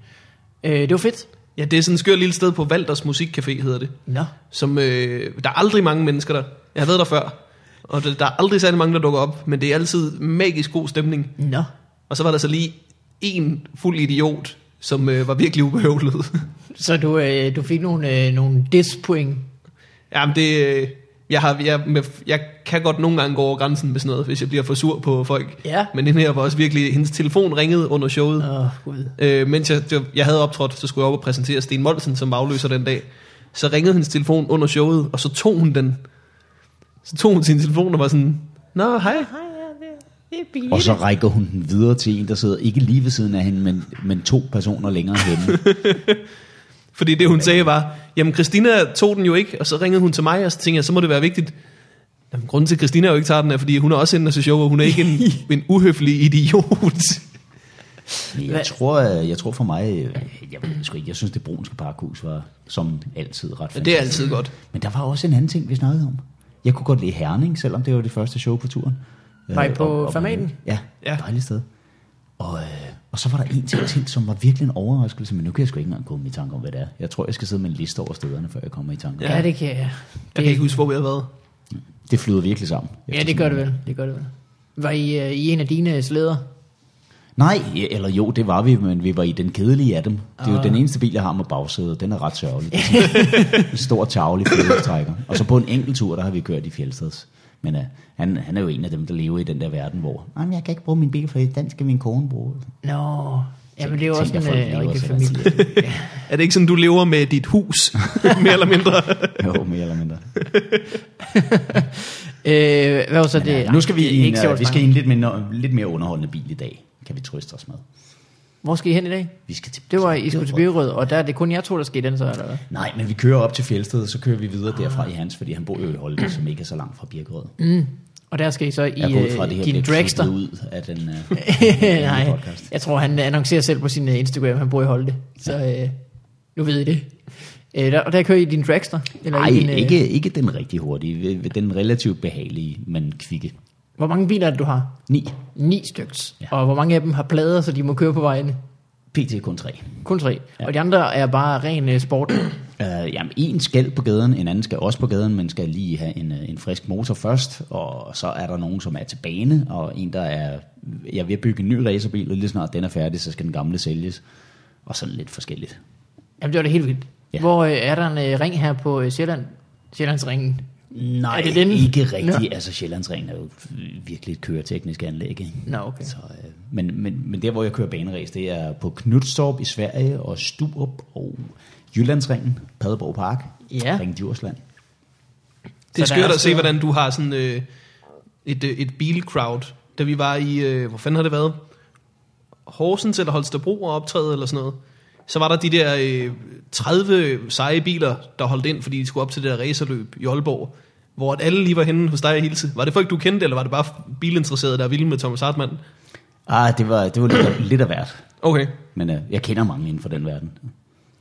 C: Øh, det var fedt.
A: Ja, det er sådan et skørt lille sted på Valders Musikcafé, hedder det.
C: Nå.
A: Som, øh, der er aldrig mange mennesker der. Jeg har været der før. Og der, der er aldrig særlig mange, der dukker op. Men det er altid magisk god stemning.
C: Nå.
A: Og så var der så lige en fuld idiot, som øh, var virkelig ubehøvlet.
C: Så du, øh, du fik nogle, øh, nogle dispoint.
A: Jamen det, øh, jeg, har, jeg, med, jeg kan godt nogle gange gå over grænsen med sådan noget, hvis jeg bliver for sur på folk.
C: Ja.
A: Men den her var også virkelig, hendes telefon ringede under showet. Ja.
C: Åh, oh, gud.
A: Øh, mens jeg, det var- jeg havde optrådt, så skulle jeg op og præsentere Sten Molsen som afløser den dag. Så ringede hendes telefon under showet, og så tog hun den. Så tog hun sin telefon og var sådan, Nå, hej.
B: Og så rækker hun den videre til en, der sidder ikke lige ved siden af hende, men, men to personer længere henne.
A: Fordi det, hun sagde, var, jamen Christina tog den jo ikke, og så ringede hun til mig, og så tænkte jeg, så må det være vigtigt. Jamen, grunden til, at Christina jo ikke tager den, er, fordi hun er også inde til show, og hun er ikke en, en uhøflig idiot.
B: Men
C: Hvad?
B: jeg tror, øh, jeg tror for mig, øh, jeg, ved det sgu ikke, jeg synes, det brunske parkhus var som altid ret
A: Ja, det er altid godt.
B: Men der var også en anden ting, vi snakkede om. Jeg kunne godt lide Herning, selvom det var det første show på turen.
C: Var I
B: Øh,
C: på
B: og- og-
C: Fermaten?
B: Ja,
A: Ja.
B: ja, dejligt sted. Og, øh, og så var der en ting, ting, som var virkelig en overraskelse, men nu kan jeg sgu ikke engang komme i tanke om, hvad det er. Jeg tror, jeg skal sidde med en liste over stederne, før jeg kommer i tanke om
C: Ja, det kan jeg.
A: Jeg kan ikke huske, hvor vi havde været.
B: Det flyder virkelig sammen.
C: Ja, det gør det vel. Det gør det vel. Var I øh, i en af dine slæder?
B: Nej, ja, eller jo, det var vi, men vi var i den kedelige af dem. Det er
C: Ah.
B: jo den eneste bil, jeg har med bagsædet. Den er ret sørgelig. Det er sådan en stor, tavlig fjeldstrækker. Og så på en enkelt tur, der har vi kørt i Fjeldsteds. Men uh, han, han er jo en af dem, der lever i den der verden, hvor "Ej, men jeg kan ikke bruge min bil, for den skal min kone bruge.
C: Nå, jamen det er jo også
B: Tænker
C: en
B: folk
C: øh,
B: lever
C: rigtig
B: så
C: familie.
A: Er det ikke sådan, du lever med dit hus, mere eller mindre?
B: Jo, mere eller mindre.
C: øh, hvad var så det?
B: Ja, nu skal vi,
C: Det er
B: i en,
C: ikke sjovt,
B: uh, vi skal i en lidt, mindre, lidt mere underholdende bil i dag, kan vi trøste os med.
C: Hvor skal I hen i dag?
B: Vi skal til,
C: Det var, I skulle til Birød, og der er det kun jer to, der skal i den så, eller hvad?
B: Nej, men vi kører op til Fjeldsted, så kører vi videre derfra i hans, fordi han bor jo i Holte, som ikke er så langt fra Birkerød.
C: Og der skal I så i
B: Jeg går ud fra,
C: øh,
B: det her
C: din
B: bliver
C: dragster.
B: klippet ud af den, uh,
C: Nej,
B: podcast.
C: jeg tror, han annoncerer selv på sin øh, Instagram, han bor i Holte. Så øh, nu ved I det. Øh, der, og der kører I din dragster? Eller
B: Nej,
C: i din, øh,
B: ikke, ikke den rigtig hurtige, ved- ved den relativt behagelige, men kvikke.
C: Hvor mange biler er det, du har?
B: Ni.
C: Ni styks. Ja.
B: Ja.
C: Og hvor mange af dem har plader, så de må køre på vejene?
B: PT kun tre.
C: Kun tre. Ja.
B: Ja.
C: Og de andre er bare ren øh, sport.
B: Uh, jamen, en skal på gaden, en anden skal også på gaden, men skal lige have en, øh, en frisk motor først, og så er der nogen, som er til bane, og en, der er, jeg er ved at bygge en ny racerbil, og lige snart den er færdig, så skal den gamle sælges, og sådan lidt forskelligt.
C: Jamen, det var da helt vildt. Ja.
B: Ja.
C: Hvor øh, er der en øh, ring her på øh, Sjælland? Sjællandsringen.
B: Nej,
C: Er det den?
B: ikke
C: Nå.
B: rigtigt. Altså, Sjællandsringen er jo virkelig et køreteknisk anlæg, ikke?
C: Nå, okay.
B: Så, øh, men, men, men der, hvor jeg kører baneræs, det er på Knudstorp i Sverige, og Sturup og Jyllandsringen, Padborg Park,
C: Ja.
B: Ring Djursland.
A: Det er
C: Så der er
A: skørt at se,
C: steder.
A: hvordan du har sådan øh, et, øh, et bilcrowd. Da vi var i, øh, hvor fanden har det været? Horsens eller Holstebro og optræde eller sådan noget. Så var der de der øh, 30 seje biler, der holdt ind, fordi de skulle op til det der racerløb i Aalborg. Hvor at alle lige var henne hos dig og hilse. Var det folk, du kendte, eller var det bare bilinteresserede, der er vilde med Thomas Hartmann?
B: Ah, det var, det var lidt, af, lidt af hvert.
A: Okay.
B: Men øh, jeg kender mange inden for den verden.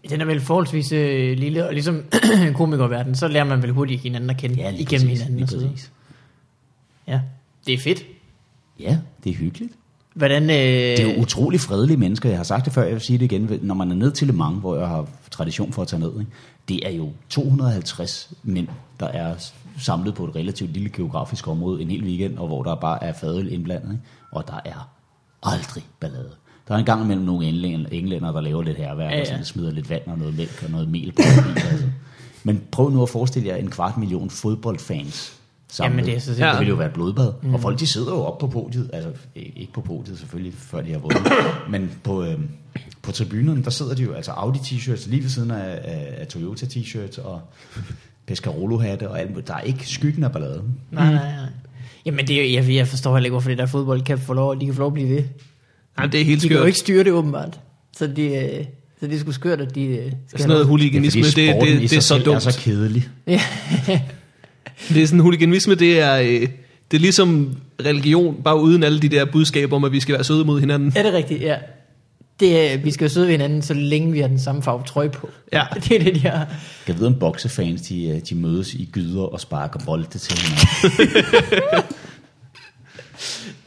C: Den er vel forholdsvis øh, lille, og ligesom komikerverden, så lærer man vel hurtigt hinanden at kende. igennem hinanden
B: lige
C: og så videre.
B: præcis.
C: Ja, det er fedt.
B: Ja, det er hyggeligt.
C: Hvordan, øh,
B: Det er jo utrolig fredelige mennesker. Jeg har sagt det før, jeg vil sige det igen. Når man er ned til Le Mans, hvor jeg har tradition for at tage ned, ikke? det er jo 250 mænd, der er s- samlet på et relativt lille geografisk område en hel weekend, og hvor der bare er fadøl indblandet, ikke? og der er aldrig ballade. Der er en gang imellem nogle englænder, englænder der laver lidt herværk,
C: Ja,
B: ja,
C: ja.
B: ja. og sådan, smider lidt vand og noget mælk og noget mel på en bil, altså. Men prøv nu at forestille jer en kvart million fodboldfans samlet.
C: Jamen, det er så
A: Ja.
B: Det vil jo være et blodbad. Mm. Og folk, de sidder jo op på podiet, altså i- ikke på podiet selvfølgelig, før de har vundet, men på, øh, på tribunerne, der sidder de jo, altså Audi-t-shirts lige ved siden af, af, af Toyota-t-shirts og Pescarolo-hatte og alt muligt. Der er ikke skyggen af balladen.
C: Nej, nej, nej. Jamen, det, er- jeg, jeg forstår heller ikke, hvorfor det der fodbold kan få lov, de kan få lov at blive ved.
A: Jamen, det er helt
C: De kan jo
A: skørt.
C: ikke styre det åbenbart. Så det, øh, så det er sgu skørt, at de øh, skal
A: Sådan noget huliganisme, det, det,
B: sporten i
A: det, det er
B: sig
A: så
B: selv
A: dumt.
B: er så kedelig.
A: Det er sådan, huliganisme, det er, øh, det er ligesom religion, bare uden alle de der budskaber om, at vi skal være søde mod hinanden.
C: Er det rigtigt? Ja. Det, er- vi skal jo sidde ved hinanden, så længe vi har den samme farve trøje på.
A: Ja.
C: Det er det, de har.
B: Jeg ved, om boksefans, de, øh, de mødes i gyder og sparker bolde til hinanden.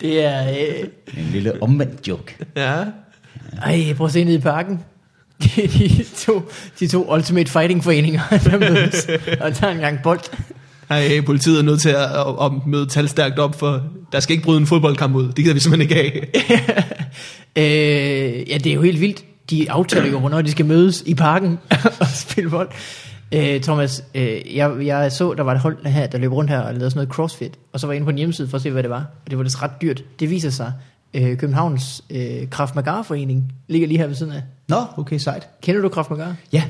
C: Det er... Øh...
B: En lille omvendt joke.
A: Ja.
C: Ej, prøv at se ned i parken. Det er de to, de to Ultimate Fighting foreninger, der mødes. Og der er engang bold.
A: Hey, politiet er nødt til at, at, at møde talstærkt op, for der skal ikke bryde en fodboldkamp ud. Det gider vi simpelthen ikke af.
C: øh, ja, det er jo helt vildt. De aftaler jo, hvornår de skal mødes i parken og spille bold. Øh, Thomas, øh, jeg, jeg så, der var et hold her, der løb rundt her og lavede sådan noget crossfit. Og så var jeg inde på en hjemmeside for at se, hvad det var. Og det var det ret dyrt. Det viser sig, øh, Københavns øh, Kraft Magar Forening ligger lige her ved siden af.
B: Nå, okay, sejt.
C: Kender du Kraft Magar?
B: Ja.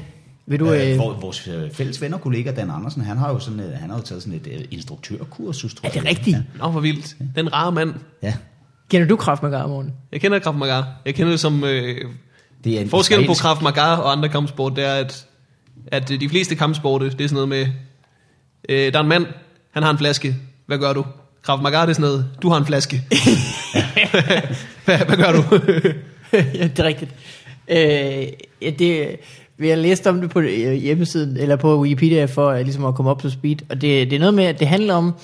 C: Vil du, øh,
B: hvor, vores øh, fælles ven og kollega Dan Andersen, han har jo, sådan, øh, han har jo taget sådan et øh, instruktørkursus, tror
C: Er det
B: jeg.
C: rigtigt?
B: Ja.
A: Nå, hvor vildt. Den rare mand.
B: ja.
C: Kender du Kraft Magar, Morten?
A: Jeg kender Krav Magar. Jeg kender det som... Øh,
B: Det er en
A: forskellen på
B: israelsk-
A: Krav Magar og andre kampsport, det er, at, at øh, de fleste kampsporte, det er sådan noget med... Øh, der er en mand, han har en flaske. Hvad gør du? Krav Magar, det er sådan noget, du har en flaske. hvad, hvad gør du?
C: ja, det er rigtigt. Øh, ja, det, Vi har læst om det på øh, hjemmesiden, eller på Wikipedia, for øh, ligesom at komme op på speed. Og det, det er noget med, at det handler om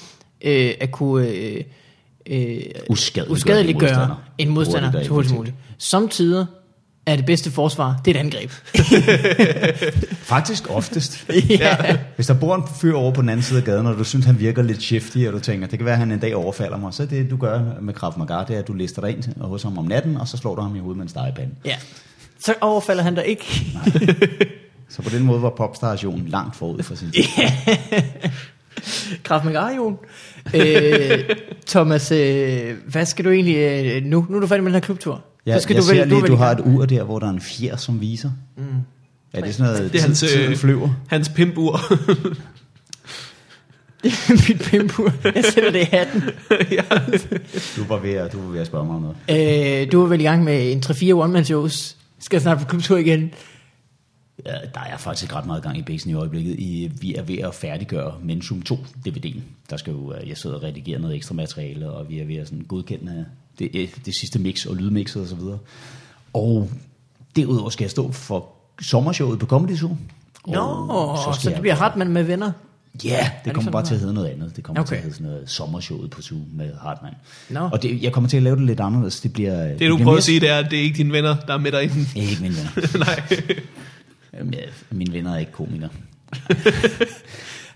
C: øh, at kunne øh, øh,
B: Uskadeliggøre din
C: uskadeliggøre en
B: modstander. Hurtigt og
C: modstander så hurtigt
B: effektivt.
C: muligt. Samtidig er det bedste forsvar, det er et angreb.
B: Faktisk oftest.
C: ja.
B: Hvis der bor en fyr over på den anden side af gaden, og du synes, han virker lidt shifty, og du tænker, det kan være, at han en dag overfalder mig, så det, du gør med Krav Maga, det er, at du lister dig ind til- hos ham om natten, og så slår du ham i hovedet med en stegepande.
C: ja. Så overfalder han dig ikke.
B: Så på den måde var popstarationen langt forud for sin tid.
C: Krav Maga, Jon. øh, Thomas, øh, hvad skal du egentlig øh, nu? Nu er du færdig med den her klubtur.
B: Ja,
C: så skal
B: jeg
C: du
B: ser
C: vel,
B: lige,
C: vel
B: du
C: i
B: har
C: gang.
B: et ur der, hvor der er en fjer, som viser. Mm. Er det sådan noget,
A: Det er hans,
B: tid, tiden
A: øh,
B: flyver?
A: hans pimpur.
C: Mit pimpur. Jeg sætter det i hatten.
B: Du var, ved at, du var ved at spørge mig om noget.
C: Øh, du er vel i gang med en 3-4 one-man-shows. Skal snart på klubtur igen.
B: Ja, der er faktisk ikke ret meget gang i basen i øjeblikket. I, vi er ved at færdiggøre Mensum 2 DVD'en. Der skal jo, øh, jeg sidder og redigerer noget ekstra materiale, og vi er ved at sådan godkende øh, det, øh, det sidste mix og lydmixet og så videre. Og derudover skal jeg stå for sommershowet på Comedy Zoo. Og
C: Nå, så,
B: skal
C: så
B: jeg-
C: det bliver Hartmann med venner.
B: Ja, yeah, det
C: det
B: kommer
C: sådan,
B: bare
C: det
B: til at hedde noget andet. Det kommer okay. til
C: Okay.
B: at hedde sådan noget sommershowet på Zoom med Hartmann.
C: Nå.
B: Og det, jeg kommer til at lave det lidt anderledes. Det bliver...
A: Det du prøver at sige, det er, at det er ikke dine venner, der er med dig inden.
B: Jeg er ikke mine venner.
A: Nej.
B: Jamen, jeg- Mine venner er ikke komikere.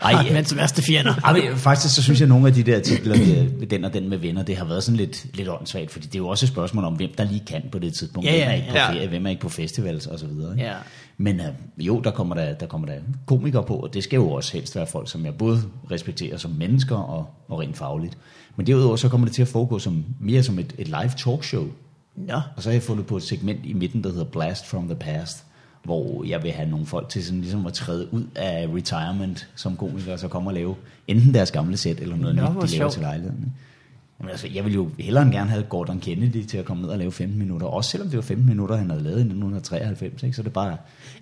B: Ej, ja.
C: Hartmanns værste fjender.
B: Ej, men faktisk så synes jeg, at nogle af de der titler, med den og den med venner, det har været sådan lidt, lidt åndssvagt, fordi det er jo også et spørgsmål om, hvem der lige kan på det tidspunkt.
C: Ja, ja,
B: hvem er ikke på
A: ja.
B: ferie, hvem er ikke på festivals og så videre. ikke?
C: Ja.
B: Men øh, jo, der kommer der, der kommer der komikere på, og det skal jo også helst være folk, som jeg både respekterer som mennesker og, og rent fagligt. Men derudover så kommer det til at foregå som, mere som et, et live talkshow,
C: Nå.
B: og så har jeg fundet på et segment i midten, der hedder Blast from the Past, hvor jeg vil have nogle folk til sådan ligesom at træde ud af retirement som komiker, og så komme og lave enten deres gamle sæt, eller noget
C: Nå,
B: nyt, de
C: hvor
B: laver
C: sjovt.
B: til lejligheden. ikke? Jamen, altså, jeg ville jo hellere end gerne have Gordon Kennedy til at komme ned og lave 15 minutter, også selvom det var 15 minutter, han havde lavet i 1993, ikke? så det er bare...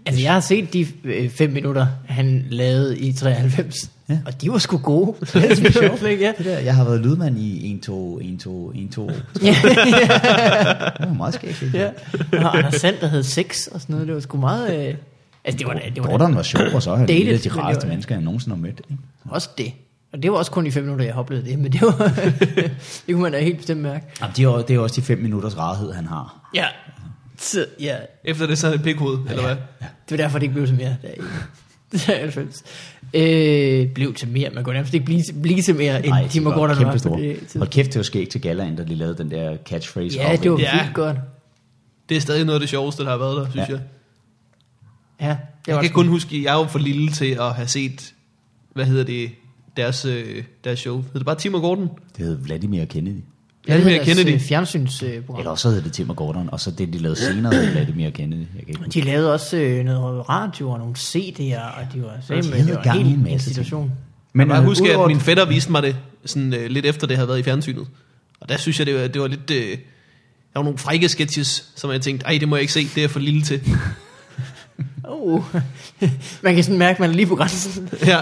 C: Altså, jeg har set de øh, fem minutter, han lavede i 93.
B: Ja.
C: Ja. Og de var sgu gode. Det er sjovt, ikke? Ja.
B: Det der, jeg har været lydmand i 1, 2, 1, 2, 1, 2. Det
C: Ja,
B: var meget skægt. ikke?
C: ja. Og Anders Sand, der havde sex og sådan noget. Det var sgu meget... Øh, altså, det var, da- det var da
B: Gordon var sjov, og så er han
C: Dated,
B: et af de
C: men det
B: rareste
C: var-
B: mennesker, jeg nogensinde har mødt. Ikke?
C: også det. Og det var også kun i fem minutter, jeg oplevede det. Men det var... det kunne man da helt bestemt mærke.
B: Jamen, det, er, jo- det er også de 5 minutters rarhed, han har.
C: Ja. Så, ja.
A: Efter det, så er det pikhoved, eller hvad?
C: Det var derfor, det ikke blev til mere. Der i 93. Øh, blev til mere. Man kunne nærmest ikke blive, blive til mere, end
B: Nej,
C: Ej, de må godt have
B: kæmpe
C: været på
B: store.
C: det tidspunkt.
B: Hold kæft, det var skægt til galaen, der lige lavede den der catchphrase.
C: Ja, det var
A: Ja.
C: vildt godt.
A: Det er stadig noget af det sjoveste, der har været der, synes
B: Ja.
A: ja. jeg.
C: Ja, det
A: Jeg
C: var
A: kan
C: også
A: kun huske, jeg er jo for lille til at have set, hvad hedder det, deres, øh, deres show. Hed det bare Tim og Gordon?
B: Det hed Vladimir Kennedy.
A: Ja, det vil jeg kende
C: det. øh,
A: det.
C: altså, fjernsynsprogram.
B: Eller også hed det Tim og Gordon, og så det, de lavede senere, hed Vladimir Kennedy. Jeg kan ikke huske.
C: De lavede også øh, noget radio og nogle CD'er, og de var
B: de
C: simpelthen
B: havde
C: det var
B: gang i
C: en
B: en
C: hel
B: masse
C: institution.
A: Men jeg
B: øh,
A: husker,
B: udover-
A: at min fætter viste mig det sådan, øh, lidt efter det havde været i fjernsynet. Og der synes jeg, det var, det var lidt... Øh, der var nogle frække sketches, som jeg tænkte, ej, det må jeg ikke se, det er jeg for lille til.
C: Oh. man kan sådan mærke, at man er lige på grænsen.
A: ja.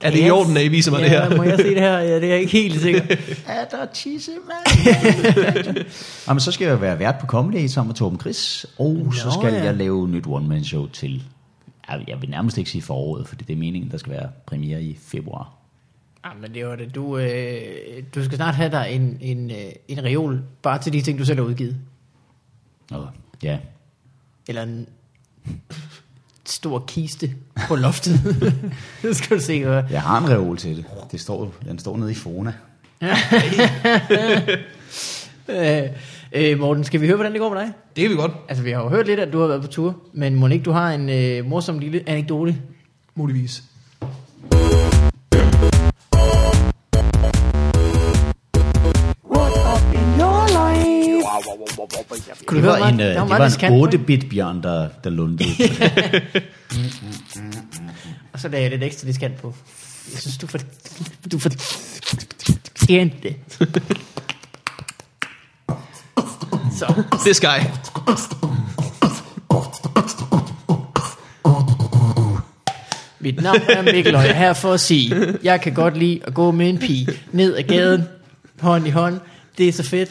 A: Er det i
C: Yes.
A: orden, at I viser mig
C: ja,
A: det her?
C: må jeg se det her? Ja, det er jeg ikke helt sikker.
B: Er der tissemand? Jamen, så skal jeg være vært på Comedy Aid sammen med Torben Chris, og Nå, så skal
C: ja.
B: jeg lave nyt one-man-show til, Ja, jeg vil nærmest ikke sige foråret, fordi det er meningen, der skal være premiere i februar.
C: Ja, Ah, men det var det. Du, øh, du skal snart have dig en, en, øh, en reol, bare til de ting, du selv har udgivet.
B: Og ja,
C: Eller en stor kiste på loftet. det skal du se, hvad.
B: jeg har en reol til det. det står, den står nede i Fona.
C: Øh, øh, Morten, skal vi høre, hvordan det går med dig?
A: Det kan vi godt,
C: Altså, vi har jo hørt lidt, at du har været på tur, men må ikke du har en øh, morsom lille anekdote?
A: muligvis.
D: What up in your life?
C: Kunne
B: Det
C: du høre
B: var
C: mig?
B: en, øh,
C: Der meget
B: det var
C: diskant
B: en
C: på,
B: 8-bit bjørn, der, der lundede.
C: ikke? Og så lagde jeg lidt ekstra diskant på. Jeg synes, du får... Du får... Tjent det. Så.
A: This guy.
C: Mit navn er Mikkel, og jeg er her for at sige, jeg kan godt lide at gå med en pige ned ad gaden, hånd i hånd. Det er så fedt.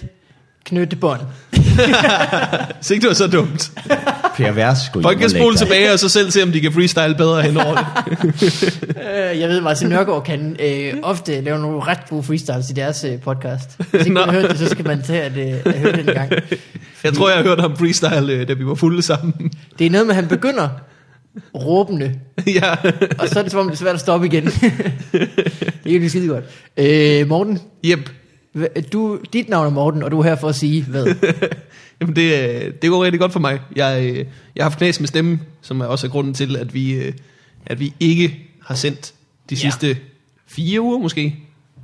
C: Knytte bånd.
A: Hvis ikke det var så dumt.
B: Pervers, gå hjem og
A: Folk kan
B: læg
A: spole
B: dig.
A: tilbage og så selv se, om de kan freestyle bedre henover det.
C: Øh, jeg ved, Martin Nørgaard kan øh, ofte lave nogle ret gode freestyles i deres øh, podcast. Hvis ikke
A: Nå.
C: man har hørt det, så skal man tage at, øh, at høre det en gang.
A: Jeg tror, jeg har hørt ham freestyle, øh, da vi var fulde sammen.
C: Det er noget med, at han begynder råbende,
A: ja.
C: og så er det som om, det er svært at stoppe igen. det er jo skide godt. Øh, Morten,
A: Yep.
C: hva- du, dit navn er Morten, og du er her for at sige hvad?
A: Jamen det, øh, det går rigtig godt for mig. Jeg, øh, jeg har haft knas med stemme, som er også er grunden til, at vi, øh, at vi ikke har sendt de
C: Ja.
A: sidste fire uger måske.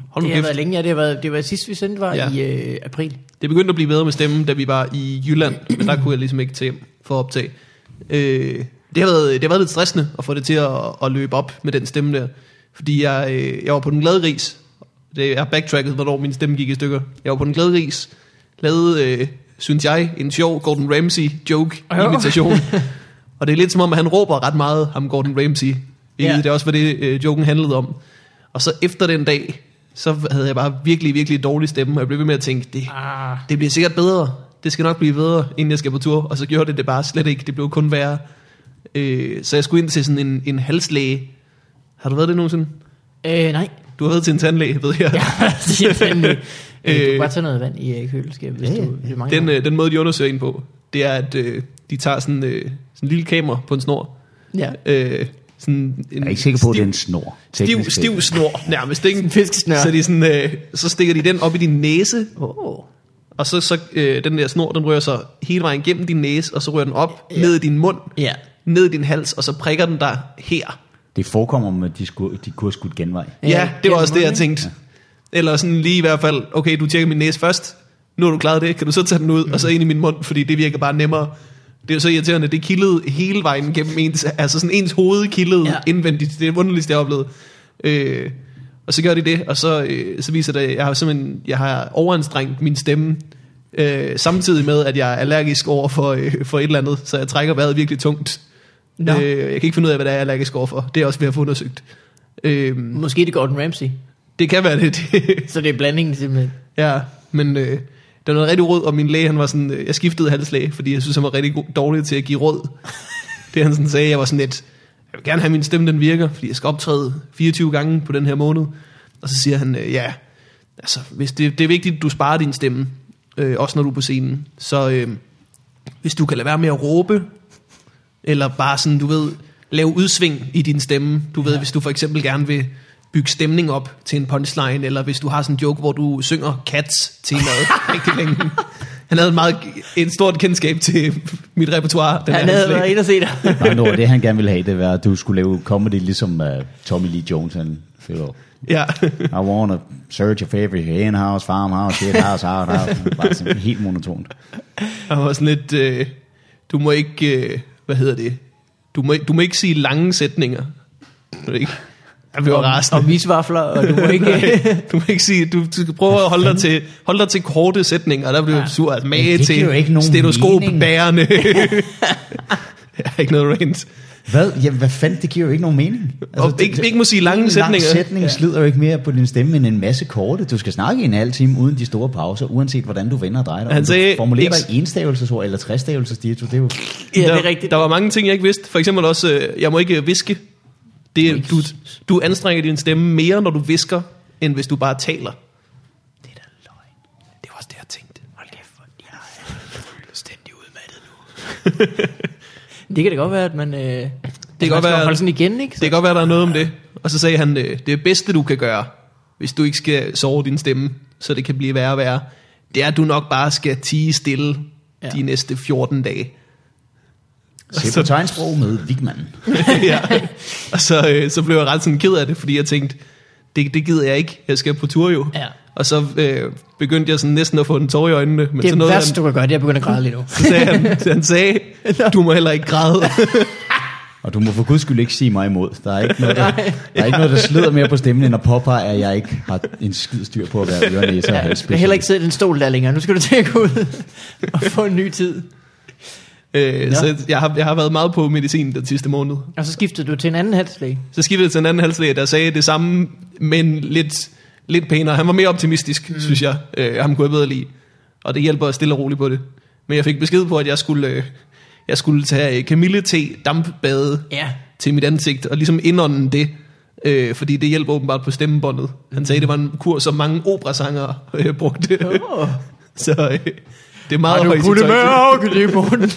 A: Hold nu
C: Det har
A: kæft.
C: været længe, ja. Det har været, det var sidst, vi sendte, var
A: Ja.
C: ja. i øh, april.
A: Det begyndte at blive bedre med stemmen, da vi var i Jylland, men der kunne jeg ligesom ikke tage hjem for at optage. Øh, det, har været, det har været lidt stressende at få det til at, at løbe op med den stemme der, fordi jeg, øh, jeg var på den glade ris. Det er backtracket, hvornår min stemme gik i stykker. Jeg var på den glade ris, lavede, øh, synes jeg, en sjov Gordon Ramsay joke
C: Jo.
A: imitation. og det er lidt som om, at han råber ret meget, ham Gordon Ramsay.
C: Ja.
A: Ja. Det er også, hvad det øh, joken handlede om. Og så efter den dag, så havde jeg bare virkelig, virkelig dårlig stemme, og jeg blev ved med at tænke, det,
C: Ah.
A: det bliver sikkert bedre. Det skal nok blive bedre, inden jeg skal på tur. Og så gjorde det det bare slet ikke. Det blev kun værre. Øh, så jeg skulle ind til sådan en, en halslæge. Har du været det nogensinde?
C: Øh, nej.
A: Du har været til en tandlæge, ved jeg.
C: Ja, det er fandme- øh, du
A: Øh.
C: kan bare tage noget vand i øh, køleskabet, hvis
B: Ja,
C: du hvis du mangler.
A: Den, øh, den måde, de undersøger en på, det er, at øh, de tager sådan, øh, sådan en lille kamera på en snor.
C: ja.
A: Øh, sådan en
B: Jeg er ikke sikker på, at det er en
A: stiv,
B: snor.
A: stiv,
B: teknisk set.
A: stiv snor, nærmest. Ikke?
C: En fiskesnør.
A: Så, de sådan, øh, så stikker de den op i din næse,
C: Oh.
A: og så, så øh, den der snor, den rører sig hele vejen gennem din næse, og så rører den op ja. ned i din mund,
C: Ja.
A: ned i din hals, og så prikker den dig her.
B: Det forekommer, med, at de, skulle, de kunne have skudt genvej.
C: Ja,
A: Ja, ja det var
C: gennem
A: også det, jeg
C: munden,
A: tænkte. Ja. Eller sådan lige i hvert fald, okay, du tjekker min næse først, nu har du klaret det, kan du så tage den ud, og så ind i min mund, fordi det virker bare nemmere. Det er jo så irriterende, det kildede hele vejen gennem ens, altså sådan ens hoved kildede
C: Ja.
A: ja. indvendigt, det er det underligste, jeg har oplevet. Øh, og så gør de det, og så, øh, så viser det, at jeg har simpelthen, jeg har overanstrengt min stemme, øh, samtidig med, at jeg er allergisk over for, øh, for et eller andet, så jeg trækker vejret virkelig tungt.
C: Nå.
A: Øh, jeg kan ikke finde ud af, hvad det er, jeg er allergisk over for. Det er også ved at få undersøgt. Øh,
C: Måske det er Gordon Ramsay.
A: det kan være det. det
C: Så det er blandingen simpelthen.
A: ja, men øh, det var noget rigtig råd, og min læge, han var sådan, øh, jeg skiftede halslæge, fordi jeg synes, han var rigtig god, dårlig til at give råd. det han sådan sagde, jeg var sådan lidt, jeg vil gerne have min stemme, den virker, fordi jeg skal optræde 24 gange på den her måned. Og så siger han, øh, ja, altså, hvis det, det er vigtigt, at du sparer din stemme, øh, også når du er på scenen. Så øh, hvis du kan lade være med at råbe, eller bare sådan, du ved, lave udsving i din stemme. Du ved, ja. hvis du for eksempel gerne vil bygge stemning op til en punchline, eller hvis du har sådan en joke, hvor du synger cats temaet rigtig længe. Han havde en meget, en stort kendskab til mit repertoire. Den
C: Han
A: her
C: havde
A: slægt.
C: været inde og se dig.
B: Nej, no, det han gerne ville have, det var, at du skulle lave comedy, ligesom uh, Tommy Lee Jones, han føler.
A: Ja.
B: I wanna search of every henhouse, farmhouse, shit house, out house. Bare sådan helt monotont.
A: Han var sådan lidt, øh, du må ikke, øh, hvad hedder det, du må, du må ikke sige lange sætninger. Må du Ikke? Jeg blev rasende.
C: Og misvafler, og du må ikke...
A: Nej, du må ikke sige, du, du skal prøve at holde dig, til, holde dig til korte sætninger, og der bliver du sur. Altså, mage
B: det giver jo ikke
A: til
B: nogen
A: stetoskop
B: mening.
A: bærende. jeg har ikke noget rent.
B: Hvad? Ja, hvad fanden? Det giver jo ikke nogen mening. Altså,
A: Og ikke- ikke må sige lange
B: en
A: sætninger.
B: Lang sætning slider jo ikke mere på din stemme end en masse korte. Du skal snakke i en halv time uden de store pauser, uanset hvordan du vender og drejer dig.
A: Han
B: Om du
A: sagde
B: formulerer
A: ikke-
B: dig i enstavelsesord eller trestavelsesdiato, det er jo...
C: Ja, det
A: der,
C: er rigtigt.
A: Der var mange ting, jeg ikke vidste. For eksempel også, øh, jeg må ikke viske. Det, er- du, du anstrenger din stemme mere, når du visker, end hvis du bare taler. Det er da løgn. Det var også det, jeg tænkte. Hold kæft, hvor jeg er fuldstændig udmattet nu.
C: Det kan da godt være, at man... Øh, det
A: kan godt være, at-
C: holde sådan igen, ikke?
A: Det kan godt være, der er noget om det. Og så sagde han, øh, det bedste du kan gøre, hvis du ikke skal sove din stemme, så det kan blive værre og værre, det er, at du nok bare skal tige stille
C: Ja.
A: ja. de næste 14 dage.
B: Se på tegnsprog med Vigman.
A: ja. Og så, øh, så blev jeg ret sådan ked af det, fordi jeg tænkte, det, det gider jeg ikke, jeg skal på tur jo.
C: Ja.
A: Og så øh, begyndte jeg sådan næsten at få en tår i øjnene. Men
C: det
A: så nåede
C: er værst, du kan gøre, det er at begynde at græde lige nu.
A: han, så sagde han, han sagde, du må heller ikke græde.
B: Og du må for guds skyld ikke sige mig imod. Der er ikke noget, der, der, er ikke noget, der slider mere på stemmen, end at påpege, at jeg ikke har en skid styr på at være øre, næse og
C: Jeg
B: halsspids.
C: skal heller ikke sidde i den stol der længere. Nu skal du til at gå ud og få en ny tid.
A: øh, så jeg har, jeg har været meget på medicin den sidste måned.
C: Og så skiftede du til en anden halslæge.
A: Så skiftede jeg til en anden halslæge, der sagde det samme, men lidt, lidt pænere. Han var mere optimistisk, mm. synes jeg. Øh, ham kunne jeg bedre lide. Og det hjælper stille og roligt på det. Men jeg fik besked på, at jeg skulle, øh, jeg skulle tage øh, kamillete dampbade
C: Ja.
A: til mit ansigt, og ligesom indånde det, øh, fordi det hjælper åbenbart på stemmebåndet. Han sagde, det var en kur, som mange operasangere øh, brugte.
C: Oh.
A: Så øh, det er meget højt i tøj til.
C: i bunden.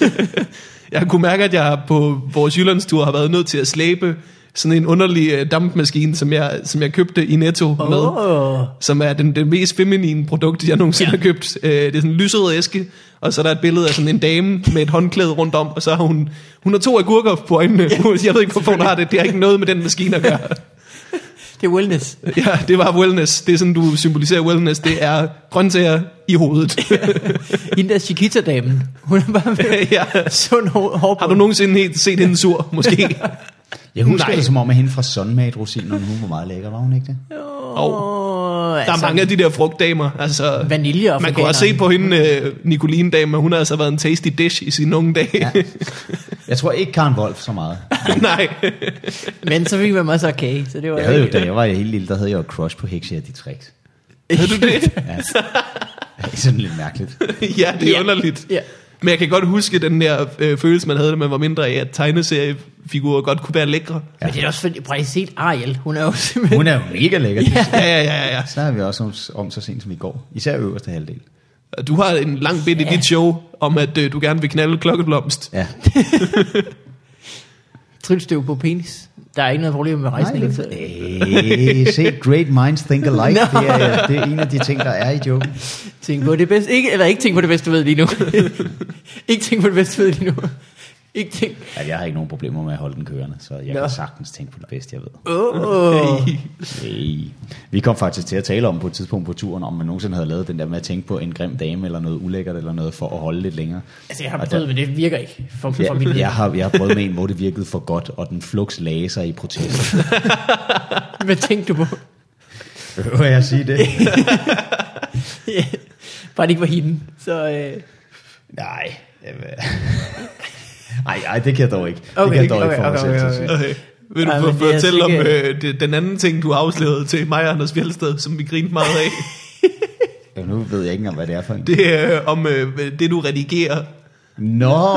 A: Jeg kunne mærke, at jeg på vores Jyllandstur har været nødt til at slæbe sådan en underlig øh, dampmaskine, som jeg, som jeg købte i Netto oh. med,
C: Åh.
A: som er den, den mest feminine produkt, jeg nogensinde ja. har købt. Øh, det er sådan en lyserød æske, og så er der et billede af sådan en dame med et håndklæde rundt om, og så har hun, hun har to agurker på øjnene. jeg ved ikke, hvorfor hun har det. Det har ikke noget med den maskine at gøre.
C: Det er wellness.
A: Ja, det var wellness. Det er sådan, du symboliserer wellness. Det er grøntsager i hovedet.
C: Hende der Chiquita-damen, hun er bare med
A: ja.
C: sund hår, hårbund.
A: Har du nogensinde helt set hende sur, måske?
B: Jeg husker
A: Nej.
B: Nej. det som om, at hende fra Sunmate Rosinerne, hun var meget lækker, var hun ikke det?
A: Åh.
C: oh,
A: Der er mange af de der frugtdamer. Altså,
C: Vanilje og
A: man kunne også se på hende, øh, Nicoline dame, hun har altså været en tasty dish i sine unge dage. Ja.
B: Ja. Jeg tror ikke Karen Wolf så meget.
A: Nej.
C: Men så fik man masser af kage, så det var
B: Jeg havde jo, da jeg var helt lille, der havde jeg jo crush på Hexia de Tricks.
A: Ved du det?
B: Ja. Det er sådan lidt mærkeligt.
A: ja, det er
C: Ja.
A: underligt.
C: Ja.
A: Men jeg kan godt huske den der øh, følelse, man havde, da man var mindre af, at tegneseriefigurer godt kunne være lækre.
C: Men det er også fordi, prøv at set Ariel, hun er jo simpelthen...
B: Hun er jo mega lækker. Ja.
A: Ja, ja, ja, ja.
B: Så er vi også om, om så sent som i går. Især øverste halvdel.
A: Og Du har en lang bid ja. i dit show om, at øh, du gerne vil knalde klokkeblomst.
B: Ja.
C: Tryllestøv på penis. Der er ikke noget problem med rejsen.
B: Nej, øh, se, great minds think alike. Det er, det er en af de ting, der er i joken.
C: Tænk på det bedste. Ikke, eller ikke tænk på det bedste, du ved lige nu. ikke tænk på det bedste, du ved lige nu. Ikke tænk...
B: Ja, jeg har ikke nogen problemer med at holde den kørende, så jeg
C: Nå.
B: Nå. kan sagtens tænke på det bedste, jeg ved.
C: Åh.
A: øh,
B: Hey. Vi kom faktisk til at tale om på et tidspunkt på turen, om man nogensinde havde lavet den der med at tænke på en grim dame eller noget ulækkert eller noget for at holde lidt længere.
C: Altså, jeg har
B: Og
C: prøvet, men det virker ikke for, for min
B: Ja,
C: ja.
B: jeg, har, jeg har prøvet med en, hvor det virkede for godt, og den flux lagde sig i protest.
C: Hvad tænkte du på?
B: Behøver jeg sige det?
C: Ja. Bare det ikke var hende. Så øh,
B: Nej. jamen. Ej, ej, det kan jeg dog ikke. det
C: Okay,
B: kan jeg dog
C: okay,
B: ikke for mig
C: okay,
B: selv til at
C: okay,
B: sige.
A: Okay. Vil du
C: Ej,
A: for,
C: men det er
A: fortælle om
C: sikkert-
A: øh, det, den anden ting, du afslørede til mig og Anders Fjeldsted, som vi grinede meget af?
B: Jamen, nu ved jeg ikke engang, hvad det er for en.
A: Det er øh, om øh, det, du redigerer.
B: Nå,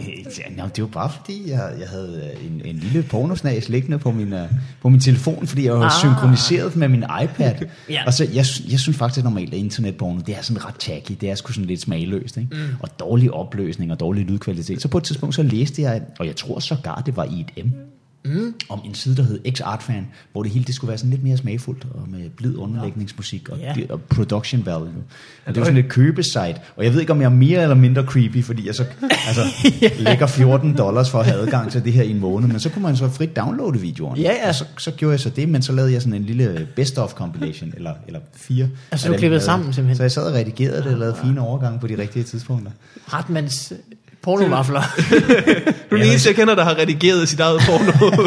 B: øh, ja, nå, det var bare fordi, jeg, jeg havde øh, en, en lille pornosnas liggende på min, øh, på min telefon, fordi jeg var
C: Ah.
B: ah. synkroniseret med min iPad.
C: Ja.
B: ja. Og så, jeg, sy- jeg synes faktisk normalt, at internetporno, det er sådan ret tacky, det er sgu sådan lidt smagløst, ikke? Mm. og dårlig opløsning og dårlig lydkvalitet. Så på et tidspunkt, så læste jeg, og jeg tror sågar, det var i et M, Mm. om en side, der hed X-Artfan, hvor det hele det skulle være sådan lidt mere smagfuldt, og med blid underlægningsmusik og,
C: Ja.
B: yeah. og production value. Og det var sådan et købesite, og jeg ved ikke, om jeg er mere eller mindre creepy, fordi jeg så altså, lægger 14 dollars for at have adgang til det her i en måned, men så kunne man så frit downloade videoerne.
C: Ja, altså, ja.
B: Og så, så gjorde jeg så det, men så lavede jeg sådan en lille best-of compilation, eller, eller fire.
C: Altså,
B: af
C: du
B: dem,
C: klippede
B: jeg lavede.
C: sammen, simpelthen?
B: Så jeg sad og redigerede det, og lavede fine overgange på de rigtige tidspunkter.
C: Hartmanns pornovafler.
A: Du er den eneste, jeg kender, der har redigeret sit eget porno.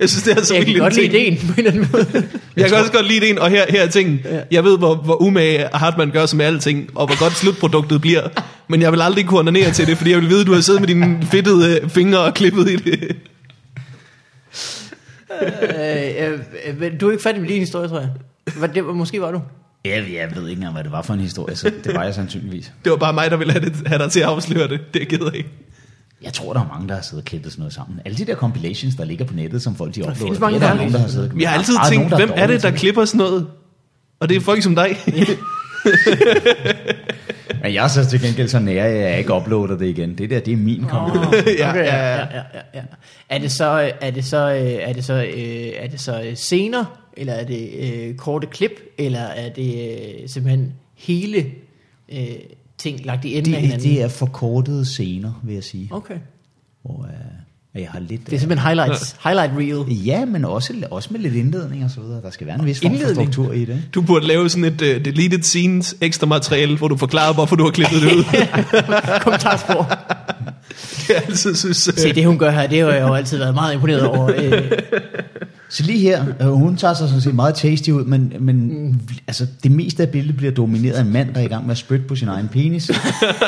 A: jeg synes, det er så
C: jeg kan
A: vildt
C: godt
A: en
C: lide
A: ting.
C: ideen på en eller anden måde.
A: Jeg kan også godt lide ideen, og her, her er tingen. Jeg ved, hvor, hvor umage Hartmann gør sig med alting, og hvor godt slutproduktet bliver. Men jeg vil aldrig kunne ordnere til det, fordi jeg vil vide, at du har siddet med dine fedtede øh, fingre og klippet i det.
C: Øh, øh, øh, men du er ikke færdig med din historie, tror jeg. Var det, måske var du.
B: Jeg, jeg ved ikke engang, hvad det var for en historie, så det var jeg sandsynligvis.
A: Det var bare mig, der ville have, det, have dig til at afsløre det. Det er jeg ked af.
B: Jeg tror, der er mange, der har siddet og klippet sådan noget sammen. Alle de der compilations, der ligger på nettet, som folk de uploader,
C: findes
B: det
C: mange
B: er der
C: gange.
B: nogen, der har siddet og-
A: Vi har altid
B: Der er
A: tænkt,
B: nogen, der
A: hvem er
B: dårlige
A: det, der
B: til
A: klipper sådan noget? Og det er folk som dig.
B: Men jeg er så til gengæld så nær, at jeg ikke uploader det igen. Det der, det er min computer.
A: ja,
C: Okay,
A: ja, ja.
C: ja, ja, ja, ja. Er det så, øh, er det så, øh, er det så, øh, er det så øh, scener, eller er det øh, korte klip, eller er det øh, simpelthen hele øh, ting lagt i enden af
B: Det,
C: hinanden?
B: det er forkortede scener, vil jeg sige.
C: Okay.
B: Hvor øh, at jeg har lidt...
C: Det er simpelthen highlights, highlight reel.
B: Ja, men også, også med lidt indledning og så videre. Der skal være en vis form for
C: Indledning?
B: struktur i det.
A: Du burde lave sådan et uh, deleted scenes ekstra materiale, hvor du forklarer, hvorfor du har klippet det ud.
C: Kommentarspor.
A: Jeg altid synes, uh,
C: Se, det hun gør her, det har jeg jo altid været meget imponeret over. Øh,
B: Så lige her, øh, hun tager sig sådan set meget tasty ud, men, men mm. altså, det meste af billedet bliver domineret af en mand, der er i gang med at spytte på sin egen penis.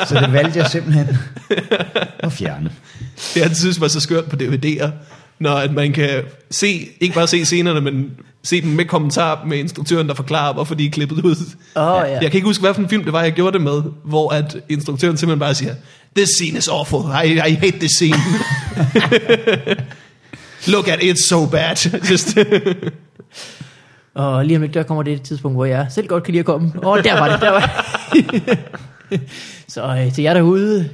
B: så det valgte jeg simpelthen at fjerne.
A: det jeg altid synes var så skørt på DVD'er, når at man kan se, ikke bare se scenerne, men se dem med kommentarer med instruktøren, der forklarer, hvorfor de er klippet ud.
C: Åh, ja.
A: Jeg kan ikke huske, hvad for en film det var, jeg gjorde det med, hvor at instruktøren simpelthen bare siger, This scene is awful. I, I hate this scene. Look at it, it's so bad. Just,
C: Og lige om lidt, der kommer det et tidspunkt, hvor jeg selv godt kan lide at komme. Åh, oh, der var det, der var det. Så øh, til jer derude,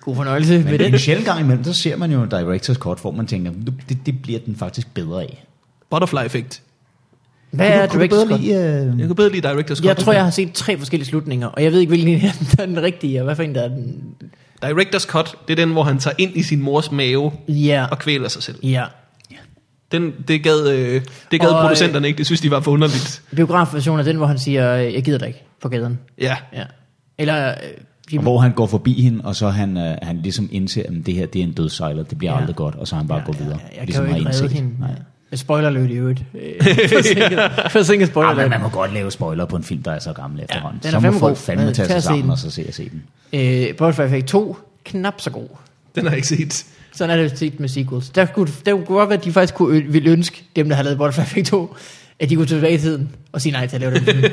C: god fornøjelse med
B: Men det er
C: den.
B: en sjældent gang imellem, så ser man jo en director's cut, hvor man tænker, "Nu- det, det bliver den faktisk bedre af.
A: butterfly effect.
C: Hvad er
B: Kunne du
C: Directors
B: bedre
C: Cut?
B: lide, øh,
A: Jeg kunne bedre lide Director's Cut.
C: Jeg tror, jeg har set tre forskellige slutninger, og jeg ved ikke, hvilken af dem, der er den rigtige, og hvad for en, der er den...
A: Director's Cut, det er den, hvor han tager ind i sin mors mave
C: Ja,
A: og kvæler sig selv.
C: ja.
A: Den, det gad, øh, det gad
C: Og, øh,
A: producenterne ikke. Det synes de var for underligt.
C: Biografversionen er den, hvor han siger, øh, jeg gider dig ikke på gaden.
A: Ja.
C: Ja. Eller, øh, de,
B: Og hvor han går forbi hende, og så han, øh, han ligesom indser, at det her det er en dødsejler, det bliver
C: Ja.
B: ja. aldrig godt, og så han bare ja, går videre.
C: jeg kan
B: ligesom
C: jo
B: har
C: ikke redde
B: indset.
C: hende.
B: Nej.
C: Nej. Spoiler lød i øvrigt. Øh, Forsinket, forsinket spoiler
B: Ah, men man må godt lave spoiler på en film, der er så gammel efterhånden.
C: den er
B: så må
C: fandme god.
B: folk fandme
C: Men tag
B: tage sig
C: at se den.
B: sammen og så se og se den.
C: Øh, Butterfly Effect 2, knap så god.
A: Den har jeg ikke set.
C: Sådan er det jo tit med sequels. Der kunne, der kunne godt være, at de faktisk kunne, ø- ville ønske, dem der har lavet Butterfly Effect 2, at de kunne tage tilbage i tiden og sige nej til at lave den film.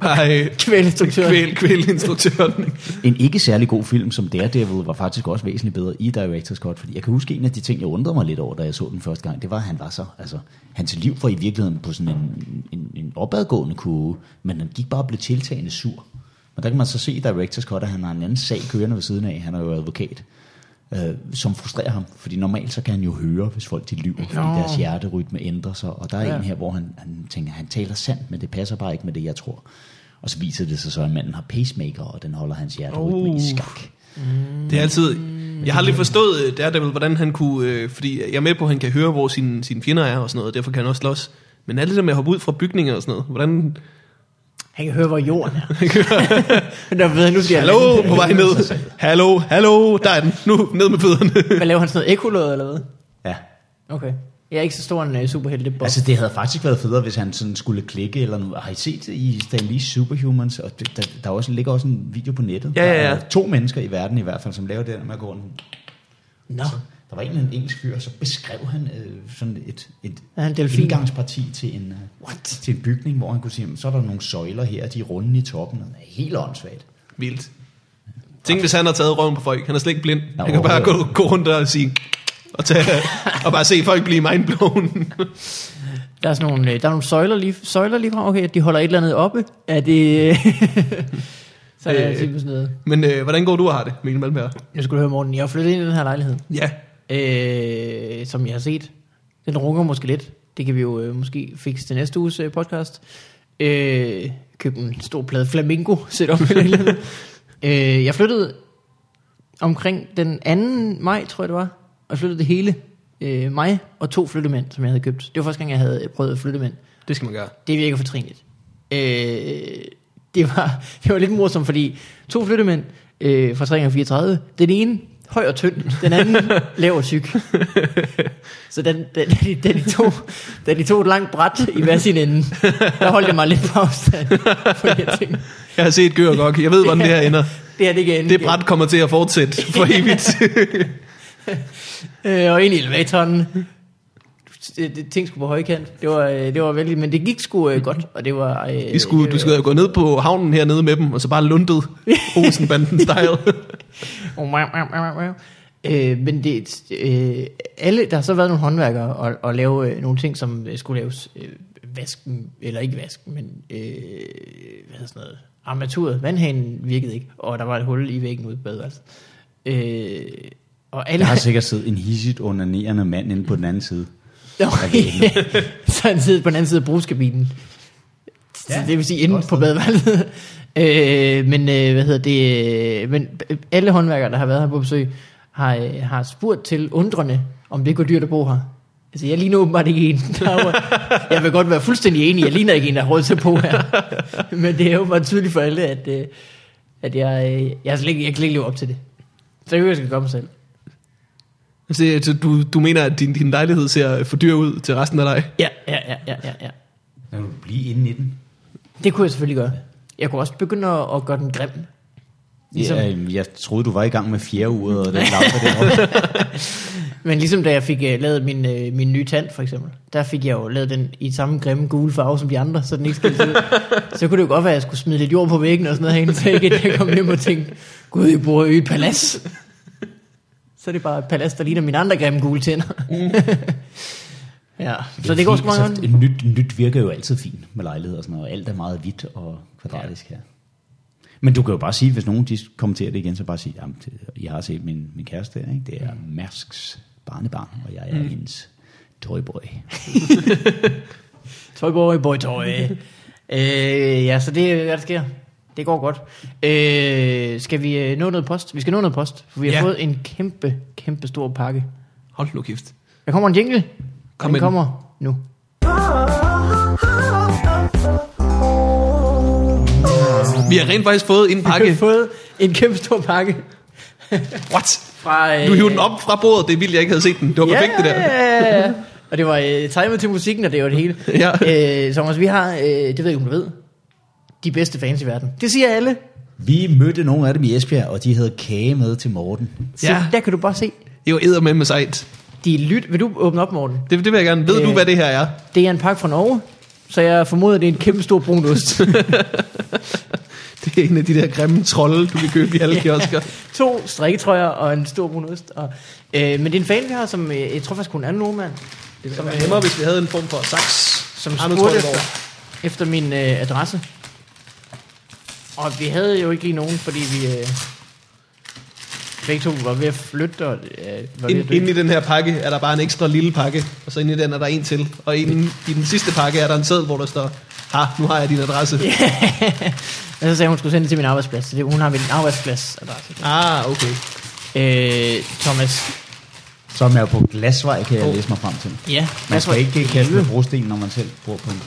A: Bare øh,
C: Kvæl instruktøren.
A: kvæl, kvæl instruktøren.
B: En ikke særlig god film som Daredevil var faktisk også væsentligt bedre i Director's Cut, fordi jeg kan huske en af de ting, jeg undrede mig lidt over, da jeg så den første gang, det var, at han var så, altså, hans liv var i virkeligheden på sådan en, en, en opadgående kurve, men han gik bare og blev tiltagende sur. Og der kan man så se i Director's Cut, at han har en anden sag kørende ved siden af, han er jo advokat, øh, som frustrerer ham, fordi normalt så kan han jo høre, hvis folk de lyver, fordi
C: Nå.
B: deres hjerterytme ændrer sig, og der er
C: Ja.
B: ja. en her, hvor han, han tænker, han taler sandt, men det passer bare ikke med det, jeg tror. Og så viser det sig så, at manden har pacemaker, og den holder hans hjerterytme
A: Uh.
B: i skak.
A: Det er altid... Jeg har aldrig forstået øh, Daredevil, hvordan han kunne... Øh, fordi jeg er med på, at han kan høre, hvor sine, sine fjender er og sådan noget, og derfor kan han også slås. Men alt det der med at hoppe ud fra bygninger og sådan noget, hvordan...
C: Han kan høre, hvor jorden er. der ved jeg, nu skal jeg...
A: Hallo, på vej ned. Hallo, hallo, der er den. Nu, ned med fødderne.
C: Hvad laver han sådan noget ekolod eller hvad?
B: Ja.
C: Okay. Jeg er ikke så stor en uh, superhelte boss.
B: Altså, det havde faktisk været federe, hvis han sådan skulle klikke, eller nu, har I set det i Stan Lee's Superhumans? Og det- der, der også, ligger også en video på nettet.
A: Ja, ja, ja.
B: Der er to mennesker i verden i hvert fald, som laver det der med at gå rundt.
C: Nå.
B: Der var en en engelsk fyr, og så beskrev han øh, sådan et, et
C: Er han delfin?
B: indgangsparti til en, øh, What? til en bygning, hvor han kunne sige, "Jamen, så er der nogle søjler her, de er runde i toppen, og det er helt åndssvagt.
A: Vildt. Tænk, hvis han har taget røven på folk. Han er slet ikke blind.
B: Ja,
A: Han kan bare gå,
B: overhovedet.
A: gå rundt og sige... Og, tage, og bare se folk blive mindblown.
C: Der er sådan nogle, øh, der er nogle søjler lige, søjler lige fra. Okay, de holder et eller andet oppe. Er det... øh, så er
A: Øh.
C: det typen sådan noget.
A: Men øh, hvordan går du og har det, Mikkel Malmberg?
C: Nu skal du høre, Morten. Jeg er flyttet ind i den her lejlighed.
A: Ja.
C: øh, som jeg har set. Den runger måske lidt. Det kan vi jo øh, måske fikse til næste uges øh, podcast. Øh, køb en stor plade Flamingo, sæt op i lejligheden. øh, jeg flyttede omkring den 2. maj, tror jeg det var, og jeg flyttede det hele. Øh, mig og to flyttemænd, som jeg havde købt. Det var første gang, jeg havde øh, prøvet flyttemænd.
A: Det skal man gøre.
C: Det virker fortrinligt. Øh, det, var, det var lidt morsomt, fordi to flyttemænd øh, fra 3 og 34, den ene høj og tynd, den anden lav og tyk. Så den, den, den, den, de tog, den de tog et langt bræt i hver sin ende. Der holdt jeg mig lidt på afstand, fordi jeg tænkte,
A: Jeg har set Gør godt. Jeg ved, hvordan det her ender.
C: det her det kan ende
A: Det
C: galt.
A: bræt kommer til at fortsætte for evigt.
C: Øh, og ind i elevatoren. Det, det, ting skulle på højkant. Det var, øh, det var vældig, men det gik sgu øh, godt, og det var... Øh,
A: I skulle, du skulle have gået ned på havnen hernede med dem, og så bare lundet Olsenbanden style.
C: Oh, meow, meow, meow, meow. Øh, men det, øh, alle, der har så været nogle håndværkere og, og lave øh, nogle ting, som øh, skulle laves øh, vasken, eller ikke vasken, men øh, hvad hedder sådan noget, armaturet, vandhanen virkede ikke, og der var et hul i væggen ude på badeværelset. Øh, og alle...
B: Der har sikkert siddet en hissigt onanerende mand inde på den anden side.
C: Nå, så han sidder på den anden side af brugskabinen. Ja, det vil sige inde på badeværelset. øh, men øh, hvad hedder det? øh, Men alle håndværkere, der har været her på besøg, har, øh, har spurgt til undrende, om det går dyrt at bo her. Altså, jeg ligner åbenbart ikke en. der har råd- Jeg vil godt være fuldstændig enig, jeg ligner ikke en, der har råd til at bo her. Men det er jo bare tydeligt for alle, at, øh, at jeg, øh, jeg, er slet ikke, jeg kan slet ikke leve op til det. Så jeg kan jeg skal komme selv.
A: Så, så du, du mener, at din, din lejlighed ser for dyr ud til resten af dig?
C: Ja, ja, ja, ja, ja, ja.
B: Når du blive inde i den.
C: Det kunne jeg selvfølgelig gøre. Jeg kunne også begynde at, at gøre den grim. Ligesom-
B: Ligesom... Ja, øhm, jeg troede, du var i gang med fjerde uret, og det lavede det
C: Men ligesom da jeg fik uh, lavet min, uh, min nye tand, for eksempel, der fik jeg jo lavet den i samme grimme gule farve som de andre, så den ikke skilte ud. så kunne det jo godt være, at jeg skulle smide lidt jord på væggen og sådan noget herinde, så ikke at jeg kom hjem og tænkte, gud, I bor jo i et palads. så er det bare et palads, der ligner mine andre grimme gule tænder. ja, så det går sgu meget godt.
B: godt. Nyt, nyt virker jo altid fint med lejligheder og sådan noget. Alt er meget hvidt og kvadratisk her. Men du kan jo bare sige, hvis nogen de kommenterer det igen, så bare sige, jamen, det- jeg har set min, min kæreste der, ikke?
C: Mm.
B: det er Mærsks barnebarn, og jeg er mm. hendes tøjboy.
C: Tøj, boy, boy, tøj. øh, ja, så det er, hvad der sker. Det går godt. Øh, skal vi øh, nå noget post? Vi skal nå noget post, for vi har
A: Ja.
C: ja. fået en kæmpe, kæmpe stor pakke.
A: Hold nu kæft.
C: Der kommer en jingle.
A: Kom
C: Kom
A: med
C: den
A: den.
C: kommer nu.
A: Vi har rent faktisk fået en
C: Vi har
A: pakke.
C: fået en kæmpe stor pakke.
A: What?
C: Fra, øh,
A: Du hiver den op fra bordet. Det er vildt, jeg ikke havde set den. Det var perfekt, det der.
C: ja, ja. Og det var øh, timet til musikken, og det var det hele.
A: Ja.
C: Øh, Thomas, vi har, øh, det ved jeg ikke, om du ved, de bedste fans i verden. Det siger alle.
B: Vi mødte nogle af dem i Esbjerg, og de havde kage med til Morten.
C: Så
A: Ja.
C: ja. der kan du bare se.
A: Det var eddermame med sejt.
C: De lyt. Vil du åbne op, Morten?
A: Det, det vil jeg gerne. Ved
C: Øh.
A: du, hvad det her er?
C: Det er en pakke fra Norge, så jeg formoder, det er en kæmpe stor brun ost.
A: Det er en af de der grimme trolde, du kan købe i alle kiosker.
C: to strikketrøjer og en stor brun ost. Og, øh, men det er en fan, vi har, som øh, jeg tror faktisk, hun er en nordmand. øh,
A: Det ville være nemmere, hvis vi havde en form for saks.
C: som
A: Anders
C: spurgte
A: Trolleborg.
C: efter, efter min øh, adresse. Og vi havde jo ikke lige nogen, fordi vi øh, begge to var ved at flytte og øh, var ved at
A: Ind,
C: dø.
A: inde i den her pakke er der bare en ekstra lille pakke, og så inde i den er der en til. Og inde i den sidste pakke er der en seddel, hvor der står, ha, nu har jeg din adresse. Yeah.
C: Og så sagde hun, hun skulle sende det til min arbejdsplads, så det, hun har min arbejdspladsadresse.
A: Ah, okay.
C: Øh, Thomas,
B: Som er på glasvej, kan jeg
A: Åh.
B: oh. læse mig frem til.
C: ja,
B: Man
C: Mads, hvor-
B: skal ikke kaste med brosten, når man selv bor på en.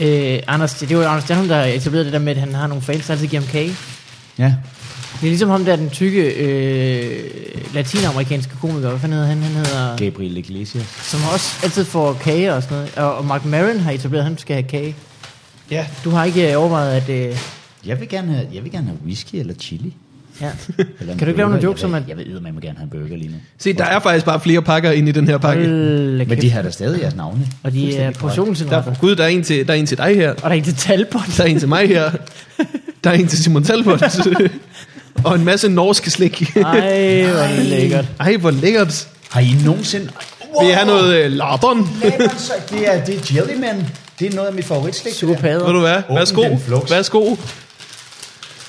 C: Øh, Anders, det var jo Anders Stenholm, der etablerede det der med, at han har nogle fans, der altid giver ham kage.
B: Ja,
C: Det er ligesom ham der, den tykke øh, latinamerikanske komiker. Hvad fanden hedder han? Han hedder...
B: Gabriel Iglesias.
C: Som også altid får kage og sådan noget. Og, og Mark Maron har etableret, at han skal have kage.
A: Ja,
C: Du har ikke øh, overvejet, at... Øh,
B: Jeg vil gerne have, jeg vil gerne have whisky eller chili.
C: ja.
B: Eller
C: Kan
B: en
C: du ikke lave
B: burger?
C: nogle jokes
B: Jeg
C: om,
B: ved-
C: at-
B: Jeg ved, at man må gerne have en burger lige nu.
A: se, der er faktisk bare flere pakker inde i den her pakke.
C: Øh. Hold da
B: Men de
C: kæft.
B: har da stadig jeres navne.
C: Og de er
B: Fuldstændig korrekt.
C: portionsindretter.
A: Der, gud, der er, en til, der er en til dig her,
C: Og der er ikke til talbånd.
A: der er en til mig her, der er en til Simon Talbot, og en masse norske slik.
C: Ej, hvor er det lækkert.
A: Ej, hvor lækkert.
B: Har I nogensinde...
A: Wow. Vil I have noget uh, labon?
B: Labandsøg, det er, det er Jellyman. Det er noget af mit favoritslik. det der.
A: Ved du
C: Psykopader.
A: hvad?
B: Åbn
A: Værsgo.
B: den flux.
A: Værsgo.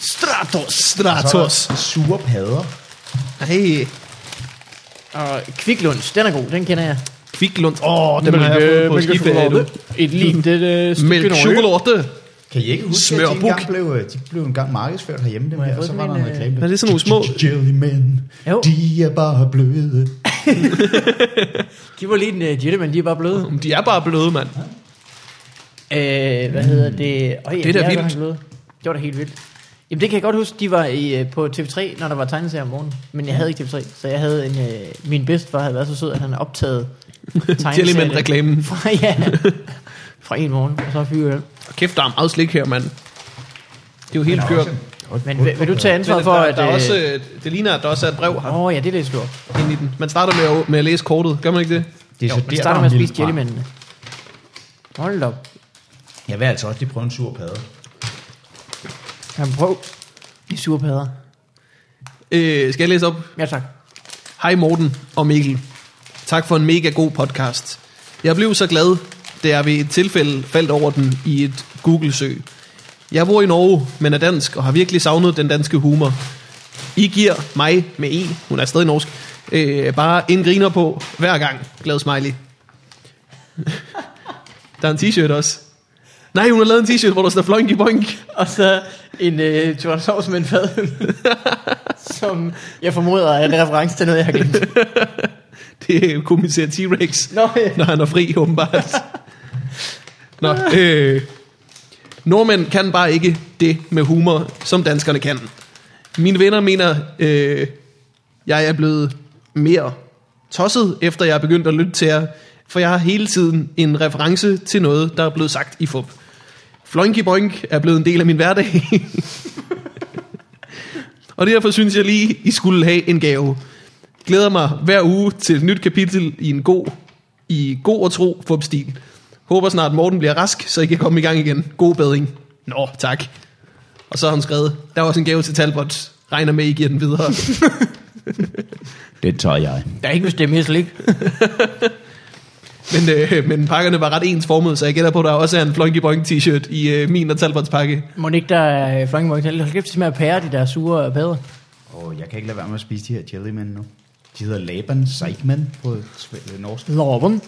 C: Stratos.
B: Og så er der
A: Stratos.
B: Sure padder.
A: Ej,
C: Og kviklunds, den er god, den kender jeg.
A: kviklund. Åh, oh, dem har jeg fået på skiferie, du.
C: Et lidt øh,
A: Mælk chokolade.
B: Kan I ikke huske, at de
A: Smørbuk.
B: engang blev, øh, de blev engang markedsført herhjemme, dem
C: jeg
B: her,
C: få
B: og så
C: sådan
B: var
C: en,
B: der en
C: øh,
B: reklame.
A: Hvad er det, sådan nogle små-
B: Jellyman,
C: Jo.
B: de er bare bløde.
C: De var lige en øh, jette, men de er bare bløde.
A: Jamen, De er bare bløde, mand.
C: Øh, hvad hedder det? Øj,
A: Det er da vildt.
C: Bløde. Det var da helt vildt. Jamen det kan jeg godt huske, de var i, øh, på TV3, når der var tegneserier om morgenen. Men jeg havde ikke TV3, så jeg havde en, øh, min bedstefar havde været så sød, at han optaget tegneserien
A: Jellyman-reklamen.
C: fra, ja, fra en morgen, og så fyrer jeg den.
A: Kæft, der er meget slik her, mand. Det er jo helt kørt.
C: Men vil, vil, du tage ansvar
A: Men
C: for,
A: der,
C: at...
A: der er
C: øh,
A: også, øh, det ligner, at der også er et brev her
C: Åh oh, ja, det er lidt stort.
A: inde i den. Man starter med at, med at læse kortet. Gør man ikke det?
B: Det er
C: Jo,
B: så
C: man
B: der,
C: starter
B: der
C: med
B: er
C: at
B: en
C: spise
B: lille brand.
C: jellemændene. Hold da op.
B: Jeg vil altså også lige prøve en sur padde.
C: Jamen prøv. De sure padder.
A: Øh, skal jeg læse op?
C: Ja tak.
A: Hej Morten og Mikkel. Tak for en mega god podcast. Jeg blev så glad, da jeg ved et tilfælde faldt over den i et Google-søg. Jeg bor i Norge, men er dansk og har virkelig savnet den danske humor. I giver mig med E, hun er stadig norsk, øh, bare en griner på hver gang. Glad smiley. der er en t-shirt også. Nej, hun har lavet en t-shirt, hvor der står flonky bonk.
C: Og så en øh, tyrannosaurus med en fadøl, som jeg formoder er en reference til noget, jeg har glemt.
A: Det er kommissær T-Rex.
C: Nå, øh,
A: når han er fri, åbenbart. Nå, øh, nordmænd kan bare ikke det med humor, som danskerne kan. Mine venner mener, øh, jeg er blevet mere tosset, efter jeg er begyndt at lytte til jer, for jeg har hele tiden en reference til noget, der er blevet sagt i fup. Flonky Boink er blevet en del af min hverdag. Og derfor synes jeg lige, I skulle have en gave. Glæder mig hver uge til et nyt kapitel i en god, i god og tro fupstil. Håber snart Morten bliver rask, så I kan komme i gang igen. God bedring. Nå, tak. Og så har hun skrevet, der var også en gave til Talbot. Regner med, I giver den videre.
B: Den tager jeg.
C: Der er ikke bestemt helt slik.
A: Men, øh, men pakkerne var ret ens formet, så jeg gætter på, at der også er en Flunky Boing t-shirt i øh, min og Talbots pakke.
C: Må ikke der er øh, flanke mig Hold kæft, det smager af pære, de der sure pæder.
B: Og jeg kan ikke lade være med at spise de her jellymen nu. De hedder Laban Seigman på sv- øh, norsk.
C: Lorben.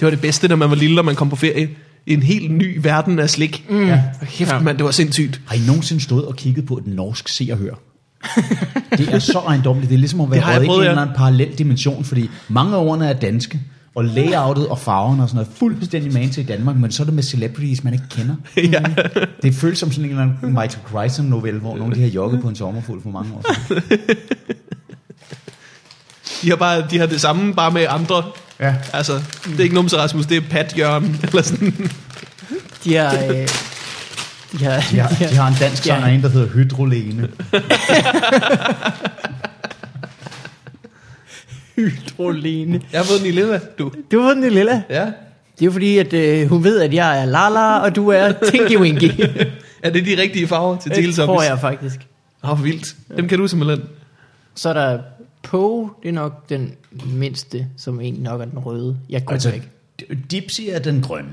A: Det var det bedste, når man var lille, og man kom på ferie. En helt ny verden af slik. Mm.
B: Ja.
A: Kæft, ja. man, det var sindssygt.
B: Har I nogensinde stået og kigget på et norsk se og hør? det er så ejendomligt. Det er ligesom at
A: Det har
B: være
A: jeg
B: røget
A: prøvet,
B: ind i
A: ja.
B: en eller anden parallel dimension, fordi mange af ordene er danske, og layoutet og farverne og sådan noget er fuldstændig man til i Danmark, men så er det med celebrities, man ikke kender.
A: ja.
B: Det føles som sådan en eller anden Michael Crichton-novelle, hvor nogle af de har jogget på en sommerfugl for mange år siden.
A: De har bare de har det samme, bare med andre.
B: Ja.
A: Altså, det er ikke Numse Rasmus, det er Pat Jørgen, eller sådan.
C: De har... Øh, de har...
B: De har, de har en dansk
C: Ja.
B: sangerinde, der hedder Hydrolene.
C: hydrolene.
A: Jeg har fået en i lilla, du.
C: Du var den i lilla.
A: Ja.
C: Det er jo fordi, at øh, hun ved, at jeg er Lala, og du er Tinky Winky.
A: Er det de rigtige farver til
C: det
A: Teletubbies?
C: tror jeg faktisk.
A: Åh, oh, vildt. Dem kan du simpelthen.
C: Så er der Poe, det er nok den mindste, som egentlig nok er den røde. Jeg kunne altså,
B: Altså,
C: ikke.
B: Dipsy er den grønne,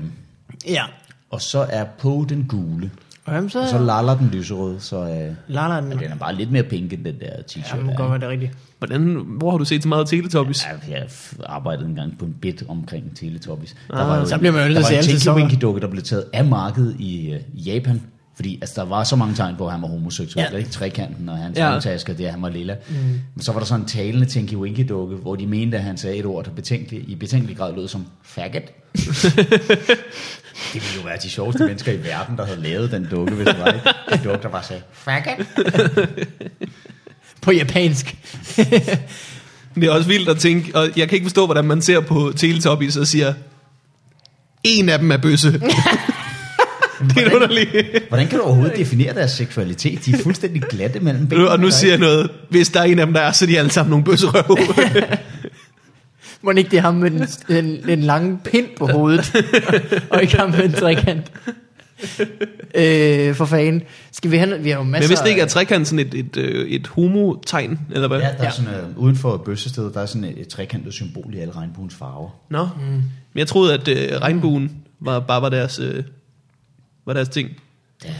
C: Ja.
B: og så er Poe den gule,
C: Og jamen, så,
B: og så Lala den lyserøde, så øh,
C: Lala er den.
B: den er bare lidt mere pink end den der t-shirt.
C: Jamen,
B: der.
C: godt var det rigtigt.
A: Hvordan, hvor har du set så meget Teletubbies?
B: Ja, jeg f- arbejdede engang på en bit omkring Teletubbies. Der
A: Ah,
B: var jo
C: så
B: en-
C: bliver man jo nødt til at
B: der var
C: se
B: en
C: alle sæsoner.
B: Tinky Winky dukke, der blev taget af markedet i øh, i Japan. Fordi altså, der var så mange tegn på, at han var homoseksuel.
A: Ja.
B: Ja. Ikke? Trekanten og hans
A: Ja.
B: ja. håndtasker, det er, at han var lilla. Mm. Men så var der sådan en talende Tinky Winky dukke, hvor de mente, at han sagde et ord, der betænkelig, i betænkelig grad lød som faggot. det ville jo være de sjoveste mennesker i verden, der havde lavet den dukke, hvis det var ikke en dukke, der bare sagde faggot.
C: På japansk.
A: Det er også vildt at tænke, og jeg kan ikke forstå, hvordan man ser på Teletubbies og siger, en af dem er bøsse. det er en underlig.
B: Hvordan kan du overhovedet definere deres seksualitet? De er fuldstændig glatte mellem benene.
A: Og nu
B: der er
A: siger jeg noget. Hvis der er en af dem, der er, så er de alle sammen nogle bøsserøv.
C: Må ikke det er ham med den, den, den lange pind på hovedet, og ikke ham med en trekant. Øh, for fanden. Skal vi have... Vi har jo masser
A: Men hvis det ikke er trekant sådan et, et, øh, et homotegn, eller hvad?
B: Ja, der ja.
C: Ja.
B: er sådan, øh, uden for bøssestedet, der er sådan et, et trekantet symbol i alle regnbuens farver.
A: Nå. Men jeg troede, at øh, regnbuen var, bare var deres, øh, var deres ting.
B: Ja, I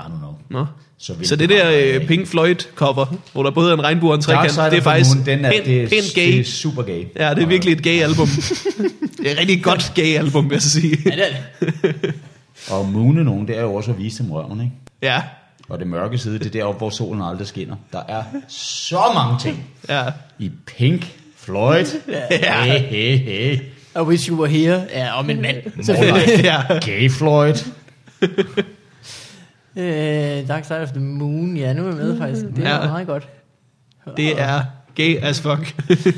B: don't know.
A: Nå.
B: Så,
A: Så det der øh, Pink Floyd-cover, hvor der både er en regnbue og en trekant, det er faktisk
B: Moon, den er,
A: pænt,
B: det, er,
A: pænt gay.
B: det er super gay.
A: Ja, det er virkelig et gay album. det er et rigtig godt gay album, vil jeg så sige.
C: Ja, det er det.
B: Og Moon er nogen, det er jo også at vise dem røven, ikke?
A: Ja,
B: Og det mørke side, det er deroppe, hvor solen aldrig skinner. Der er så mange ting
A: ja.
B: i Pink Floyd.
A: Ja.
B: Hey, hey, hey.
C: I wish you were here. Ja, om en mand. Selvfølgelig.
B: More
A: ja.
B: like gay Floyd.
C: Øh, Dark Side of the Moon. Ja, nu er jeg med faktisk. Det er
A: Ja.
C: ja. meget godt.
A: Det er gay as fuck.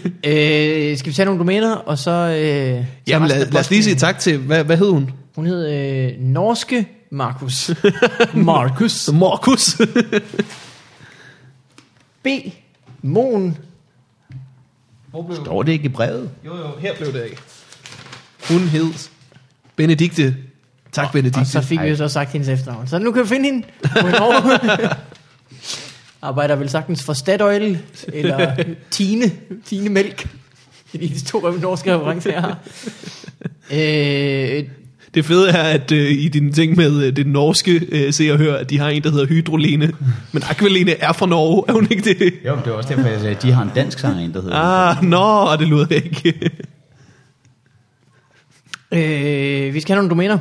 C: Øh, skal vi tage nogle domæner, og så... Øh,
A: Jamen lad, lad os lige sige tak til, hvad, hvad hed hun?
C: Hun hed øh, Norske Markus. Markus.
A: Markus.
C: B. Mon.
A: Hvor blev
B: Står det ikke i brevet?
A: Jo, jo, her blev det af. Hun hed Benedikte. Tak, og, Benedikte.
C: Og så fik vi jo så sagt hendes efternavn. Så nu kan vi finde hende. Hun er over. Arbejder vel sagtens for Statoil, eller Tine, Tine Mælk. Det er de to norske referencer, jeg har. Øh,
A: Det fede er, at øh, i din ting med øh, det norske øh, se og hør, at de har en, der hedder Hydrolene. Men Aqualene er fra Norge, er hun ikke det?
B: Jo, men det var også derfor, jeg sagde, at de har en dansk sangerinde, der hedder
A: Ah, nå, det lyder ikke.
C: øh, vi skal have nogle domæner.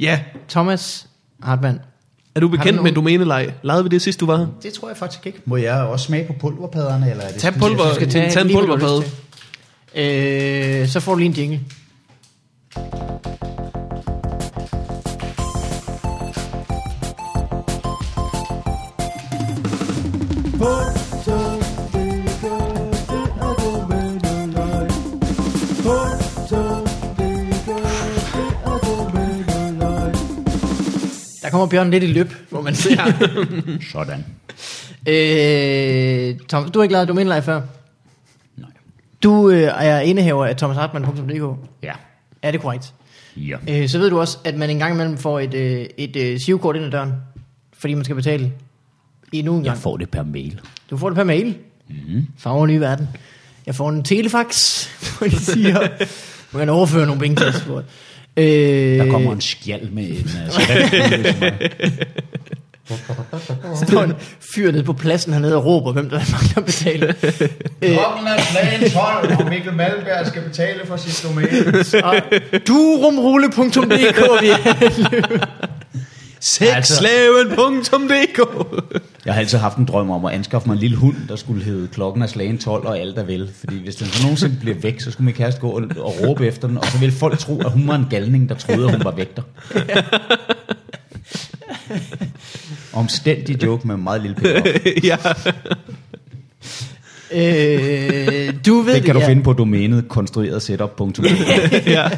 A: ja,
C: Thomas Hartmann.
A: er du
C: Har
A: bekendt
C: du
A: med
C: nogen-
A: domænelej? Lejede vi det sidst, du var her?
B: Det tror jeg faktisk ikke. Må jeg også smage på pulverpaderne? Eller er det
A: Tag
B: sådan,
A: pulver,
B: jeg synes,
A: skal
B: det-
A: tage, tag en
C: lige, hvad du har
A: pulverplade.
C: lyst til. Øh, så får du lige en jingle. Der kommer Bjørn lidt i løb, må man sige.
B: Sådan.
C: øh, Tom, du har ikke lavet domænelej før. Du øh, er indehaver af thomashartmann.dk.
B: Ja.
C: Er det korrekt?
B: Ja.
C: Øh, så ved du også, at man en gang imellem får et, øh, et øh, sivkort ind ad døren, fordi man skal betale endnu en
B: Jeg
C: gang.
B: får Mhm. det per mail.
C: Du får det per mail. Mm. Farver nye verden. Jeg får en telefax, hvor de siger, du kan overføre nogle penge til os. Øh,
B: Der kommer en skjald med en øh, skrift.
C: står en fyr nede på pladsen hernede og råber, hvem der mangler at betale. Øh,
E: Klokken er slagens 12, og Mikkel Malmberg skal betale for sit domæne.
C: og durumrulle.dk vi altså-
A: Sexslaven.dk
B: Jeg har altid haft en drøm om at anskaffe mig en lille hund, der skulle hedde klokken er slagen 12 og alt er vel. Fordi hvis den så nogensinde bliver væk, så skulle min kæreste gå og, og råbe efter den, og så ville folk tro, at hun var en galning, der troede, at hun var vægter. Omstændig joke med en meget lille pæk
A: ja.
C: øh, Du ved
B: Det kan du
C: ja.
B: finde på domænet konstrueretsetup.dk
A: ja.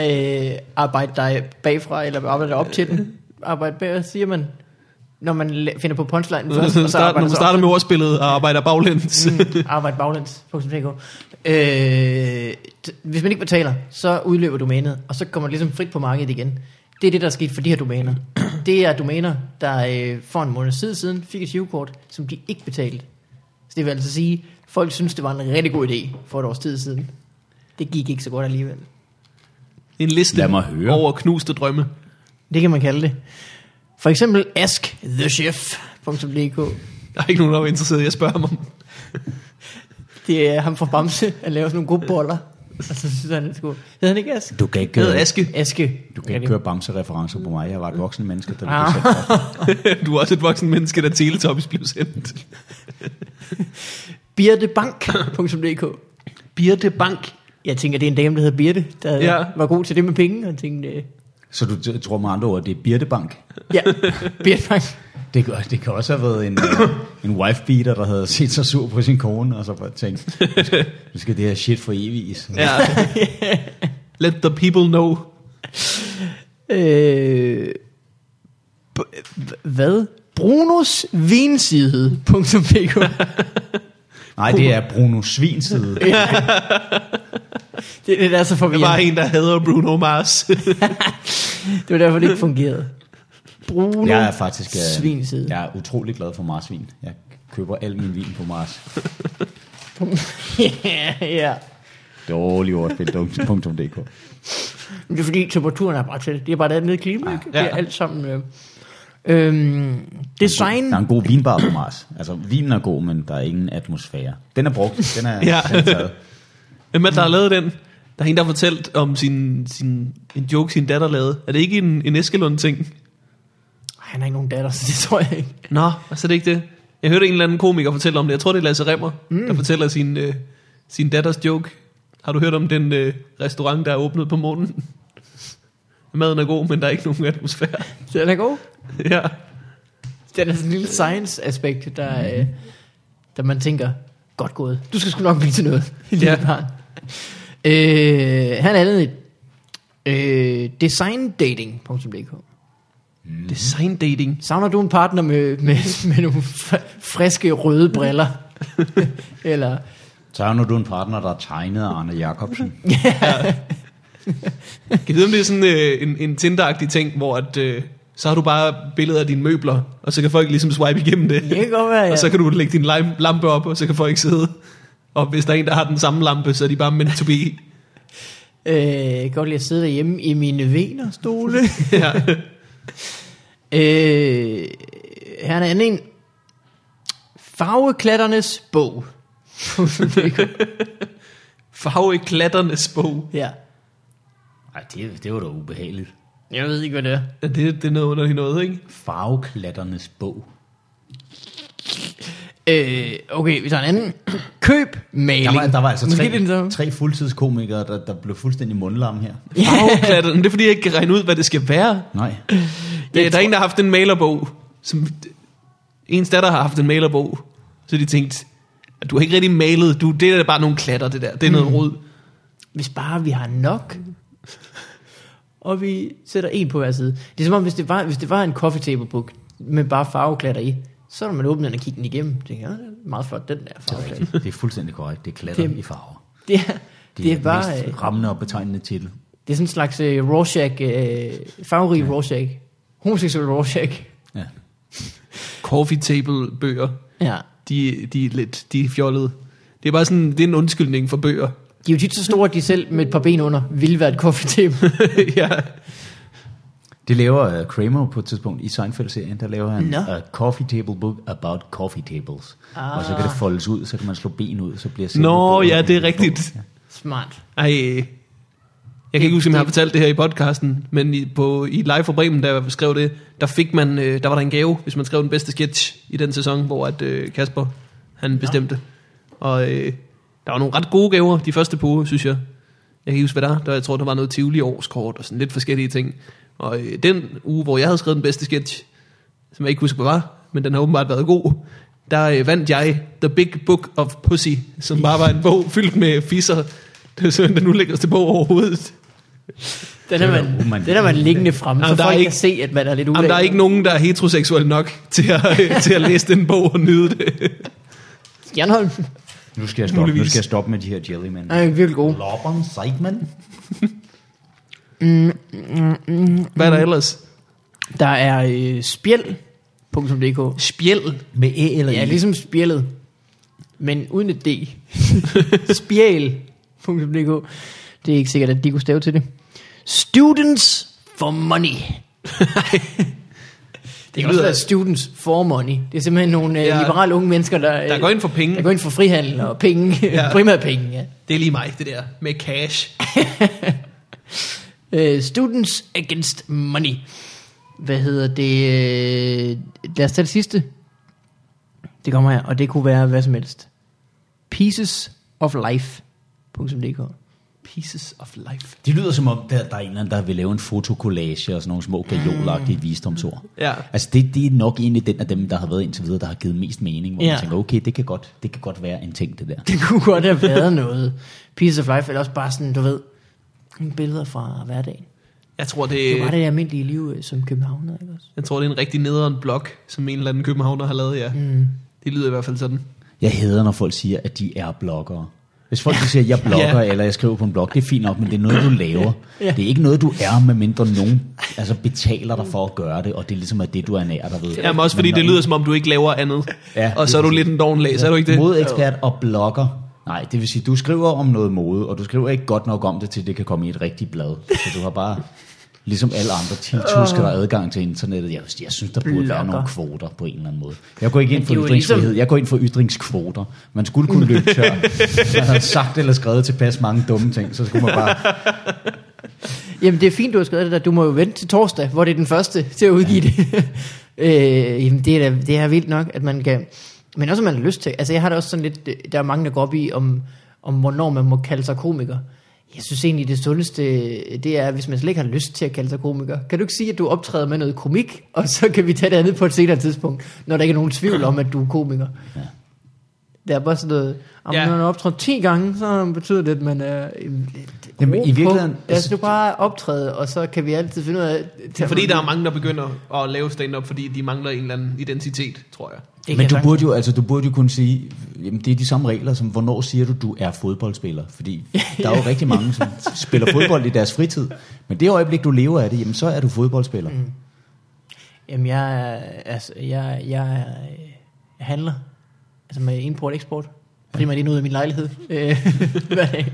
C: Øh, arbejde dig bagfra, eller arbejde dig op til den. Arbejde bag, siger man, når man la- finder på punchline først, og så
A: Start, når
C: arbejder
A: man
C: sig op
A: starter med ordspillet og arbejder baglæns.
C: Mm, arbejde baglæns. Øh, t- hvis man ikke betaler, så udløber domænet, og så kommer det ligesom frit på markedet igen. Det er det, der er sket for de her domæner. Det er domæner, der øh, for en måned siden, siden fik et kort som de ikke betalte. Så det vil altså sige, at folk synes, det var en rigtig god idé for et års tid siden. Det gik ikke så godt alligevel.
A: En liste
B: Lad mig høre.
A: over knuste drømme.
C: Det kan man kalde det. For eksempel askthechef.dk
A: Der er ikke nogen, der er interesseret i at spørge mig.
C: Det er ham fra Bamse, han laver sådan nogle gode boller. Og så synes han, det skulle... Hedder han ikke Ask?
B: Du kan ikke,
A: Jeg hedder
B: øh,
A: Aske.
C: Aske.
B: du kan ikke køre bamsereferencer på mig. Jeg var et voksen menneske, der
C: Ah.
B: blev sat først.
A: Du er også et voksen menneske, der Teletubbies blev sendt.
C: Birtebank.dk
A: Birte Bank.
C: Jeg tænker, det er en dame, der hedder Birte, der ja.
A: Ja.
C: var god til det med penge, og tænkte, øh,
B: Så du t- tror med andre ord, det er Birtebank?
C: ja, Birtebank.
B: Det kan, det kan også have været en, øh, en wife beater, der havde set sig sur på sin kone, og så bare tænkt, nu skal, nu skal det her shit for evigt.
A: Ja. Let the people know.
C: Øh, b- b- hvad? Brunos vinside.dk
B: Nej, det er Bruno Svins side.
C: Det er det, der er så
A: Der var
C: forvirrende.
A: en, der hader Bruno Mars.
C: Det var derfor, det ikke fungerede. Bruno
B: Jeg er faktisk øh,
C: Svinside.
B: Jeg er utrolig glad for marsvin. Jeg køber al min vin på Mars.
C: ja, ja.
B: Dårlig ordspil, dunk.dk.
C: Men det er fordi, temperaturen er bare til. Det er bare der nede i klima. Ja, Det er
A: ja.
C: alt sammen... Øh, øhm, design.
B: Der er en god vinbar på Mars. Altså, vinen er god, men der er ingen atmosfære. Den er brugt. Den er,
A: Ja.
B: ja. den er taget.
A: Hvem er det, der har lavet den? Der er en, der har fortalt om sin, sin, en joke, sin datter lavede. Er det ikke en, en Eskelund-ting?
C: Ej, Han har ikke nogen datter, så det tror jeg ikke.
A: Nå, altså det er ikke det. Jeg hørte en eller anden komiker fortælle om det. Jeg tror, det er Lasse Remmer, mm. der fortæller sin, øh, sin datters joke. Har du hørt om den øh, restaurant, der er åbnet på månen? Maden er god, men der er ikke nogen atmosfære.
C: Den er god.
A: ja.
C: Den er sådan en lille science-aspekt, der,
A: Mhm.
C: mm. øh, der man tænker, godt gået, du skal sgu nok blive til noget, lille
A: Ja.
C: barn. Øh, han er andet et øh, designdating.dk
A: Design dating.
C: Savner du en partner med, med, med nogle fr- friske røde briller? Eller
B: Så er nu du en partner, der er tegnet af Arne Jacobsen.
A: Kan vide, om det er sådan øh, en, en Tinder-agtig ting, hvor at, øh, så har du bare billeder af dine møbler, og så kan folk ligesom swipe igennem det.
C: det kan godt være, ja.
A: Og så kan du lægge din lam- lampe op, og så kan folk sidde. Og hvis der er en, der har den samme lampe, så er de bare meant to be.
C: øh, jeg kan godt lide at sidde derhjemme i mine venerstole.
A: ja.
C: øh, her er en anden en. Farveklatternes bog.
A: Farve klatternes bog.
C: ja.
B: Ej, det, det var da ubehageligt.
C: Jeg ved ikke, hvad det er.
A: Ja, det, det er noget underligt noget, ikke?
B: Farveklatternes bog.
C: Øh, okay, vi tager en anden. Køb maling.
B: Der var, der var altså
C: Måske det er den
B: tre,
C: samme.
B: tre fuldtidskomikere, der, der blev fuldstændig mundlamme her.
A: Farveklatterne, det er fordi, jeg ikke kan regne ud, hvad det skal være.
B: Nej.
A: Det, der er en, der har haft en malerbog. Som, ens datter har haft en malerbog. Så de tænkte, du har ikke rigtig malet. Du, det er bare nogle klatter, det der. Det er
C: Mm.
A: noget rod.
C: Hvis bare vi har nok, og vi sætter en på hver side. Det er som om, hvis det var, hvis det var en coffee table book med bare farveklatter i, Så når man åbner den og kigger den igennem, tænker jeg, "Ah, det er meget flot den der farveklasse.
B: Det er fuldstændig korrekt. Det er klatter
C: Det-
B: i farver.
C: Det er,
B: Det,
C: det er bare, øh,
B: mest rammende og betegnende titel.
C: det er sådan en slags øh, Rorschach, øh, farverig Rorschach, homoseksuel Rorschach.
B: Ja.
A: Coffee table bøger,
C: Ja.
A: de, de er lidt de er fjollede. Det er bare sådan, det er en undskyldning for bøger.
C: De er jo tit så store, at de selv med et par ben under ville være et koffetema.
A: ja.
B: Det laver uh, Kramer på et tidspunkt i Seinfeld-serien, der laver han
C: Nå.
B: a coffee table book about coffee tables. Ah. Og så kan det foldes ud, så kan man slå ben ud, så bliver selve
A: Nå,
B: bordet-
A: ja, det er rigtigt.
C: Smart.
A: Ej, jeg kan ikke huske, om jeg har fortalt det her i podcasten, men i, på, i Live fra Bremen, der jeg skrev det, der, fik man, øh, der var der en gave, hvis man skrev den bedste sketch i den sæson, hvor at, øh, Kasper han bestemte. Og øh, der var nogle ret gode gaver de første par uger, synes jeg. Jeg kan ikke huske, hvad der er. der. Jeg tror, der var noget Tivoli årskort og sådan lidt forskellige ting. Og øh, den uge, hvor jeg havde skrevet den bedste sketch, som jeg ikke husker, hvad var, men den har åbenbart været god, der øh, vandt jeg The Big Book of Pussy, som bare var en bog fyldt med fisser. Det er sådan, den ulækkerste bog overhovedet.
C: Den er
B: Det er da
C: man, den er man liggende fremme, så
A: Jamen, der er
C: folk
A: ikke-
C: kan se, at man er lidt
A: Jamen, der er ikke nogen, der er heteroseksuel nok til at, øh, til at læse den bog og nyde det.
C: Stjernholm
B: Nu skal jeg stoppe, nu
A: Muligvis.
B: skal jeg stoppe med de her jellymen.
C: er virkelig god.
B: Lobberen Seidman?
A: Hvad er der ellers?
C: Der er øh, spjæl.dk.
A: Spjæl.
B: Med æ eller
C: Ja,
B: i?
C: ligesom spjældet, men uden et D. Spjæl.dk. Det er ikke sikkert, at de kunne stave til det. Students for money. det kan også
A: lyder-
C: være students for money. Det er simpelthen nogle ja,
A: Ja.
C: liberale unge mennesker, der, øh,
A: Der går ind for penge.
C: der går ind for frihandel og penge. Ja.
A: Ja.
C: Primært penge, ja.
A: Det er lige mig, det der med cash.
C: Uh, students Against Money. Hvad hedder det? Øh, lad os tage det sidste. Det kommer her, og det kunne være hvad som helst. Pieces of Life.dk
A: Pieces of life.
B: Det lyder som om, der, der er en eller anden, der vil lave en fotokollage og sådan nogle små gajolagtige mm. visdomsord.
A: Ja.
B: Altså det, det er nok egentlig den af dem, der har været indtil videre, der har givet mest mening, hvor ja.
C: Ja.
B: man tænker, okay, det kan, godt, det kan godt være en ting, det der.
C: Det kunne godt have været noget. Pieces of Life, eller også bare sådan, du ved, billeder fra hverdagen.
A: Jeg tror,
C: Det
A: det,
C: var det almindelige liv øh, som københavner, ikke også?
A: jeg tror, det er en rigtig nederen blog, som en eller anden københavner har lavet, ja. Mm. Det lyder i hvert fald sådan.
B: Jeg hader, når folk siger, at de er bloggere. Hvis folk siger, at jeg blogger,
A: Ja.
B: eller jeg skriver på en blog, det er fint nok, men det er noget, du laver. Det er ikke noget, du er, medmindre nogen altså, betaler dig for at gøre det, og det er ligesom er det, du er nær dig ved.
A: Jamen også fordi
B: Men
A: det
B: når-
A: lyder som om, du ikke laver andet.
B: Ja,
A: Ja, og så er du lidt en doven læs, er du ikke det?
B: Modeekspert og blogger. Nej, det vil sige, du skriver om noget mode, og du skriver ikke godt nok om det, til det kan komme i et rigtigt blad. Så du har bare, ligesom alle andre, tiltusket dig adgang til internettet. Jeg, jeg synes, der burde Blogger. være
C: Blogger.
B: nogle kvoter på en eller anden måde. Jeg går ikke ind
C: Men
B: for
C: det er jo
B: ytringsfrihed,
C: ligesom-
B: jeg går ind for ytringskvoter. Man skulle kunne løbe tør. Man har sagt eller skrevet tilpas mange dumme ting, så skulle man bare...
C: Jamen, det er fint, du har skrevet det der. Du må jo vente til torsdag, hvor det er den første til at udgive det. øh, jamen, det er, da, det er vildt nok, at man kan... Men også, at man har lyst til. Altså, jeg har det også sådan lidt... øh, Der er mange, der går op i, om, om hvornår man må kalde sig komiker. Jeg synes egentlig, det sundeste, øh, det er, hvis man slet ikke har lyst til at kalde sig komiker. Kan du ikke sige, at du optræder med noget komik, og så kan vi tage det andet på et senere tidspunkt, når der ikke er nogen tvivl om, at du er komiker? Ja. Det er bare sådan noget, om
A: Ja.
C: ja. når man optræder 10 gange, så betyder det, at man er...
B: Jamen, i
C: Ro
B: virkeligheden-
C: På. Lad os nu bare optræde, og så kan vi altid finde ud af...
A: Det er fordi, der er mange, der begynder at lave stand-up, fordi de mangler en eller anden identitet, tror jeg.
B: Men du burde, jo, altså, du burde jo kunne sige, jamen, det er de samme regler, som hvornår siger du, du er fodboldspiller. Fordi der er jo rigtig mange, som spiller fodbold i deres fritid. Men det øjeblik, du lever af det, jamen, så er du fodboldspiller. Mm.
C: Jamen, jeg, er- altså, jeg, jeg, er, øh, jeg handler altså med import-eksport. Primært ind ud af min lejlighed øh, hver dag.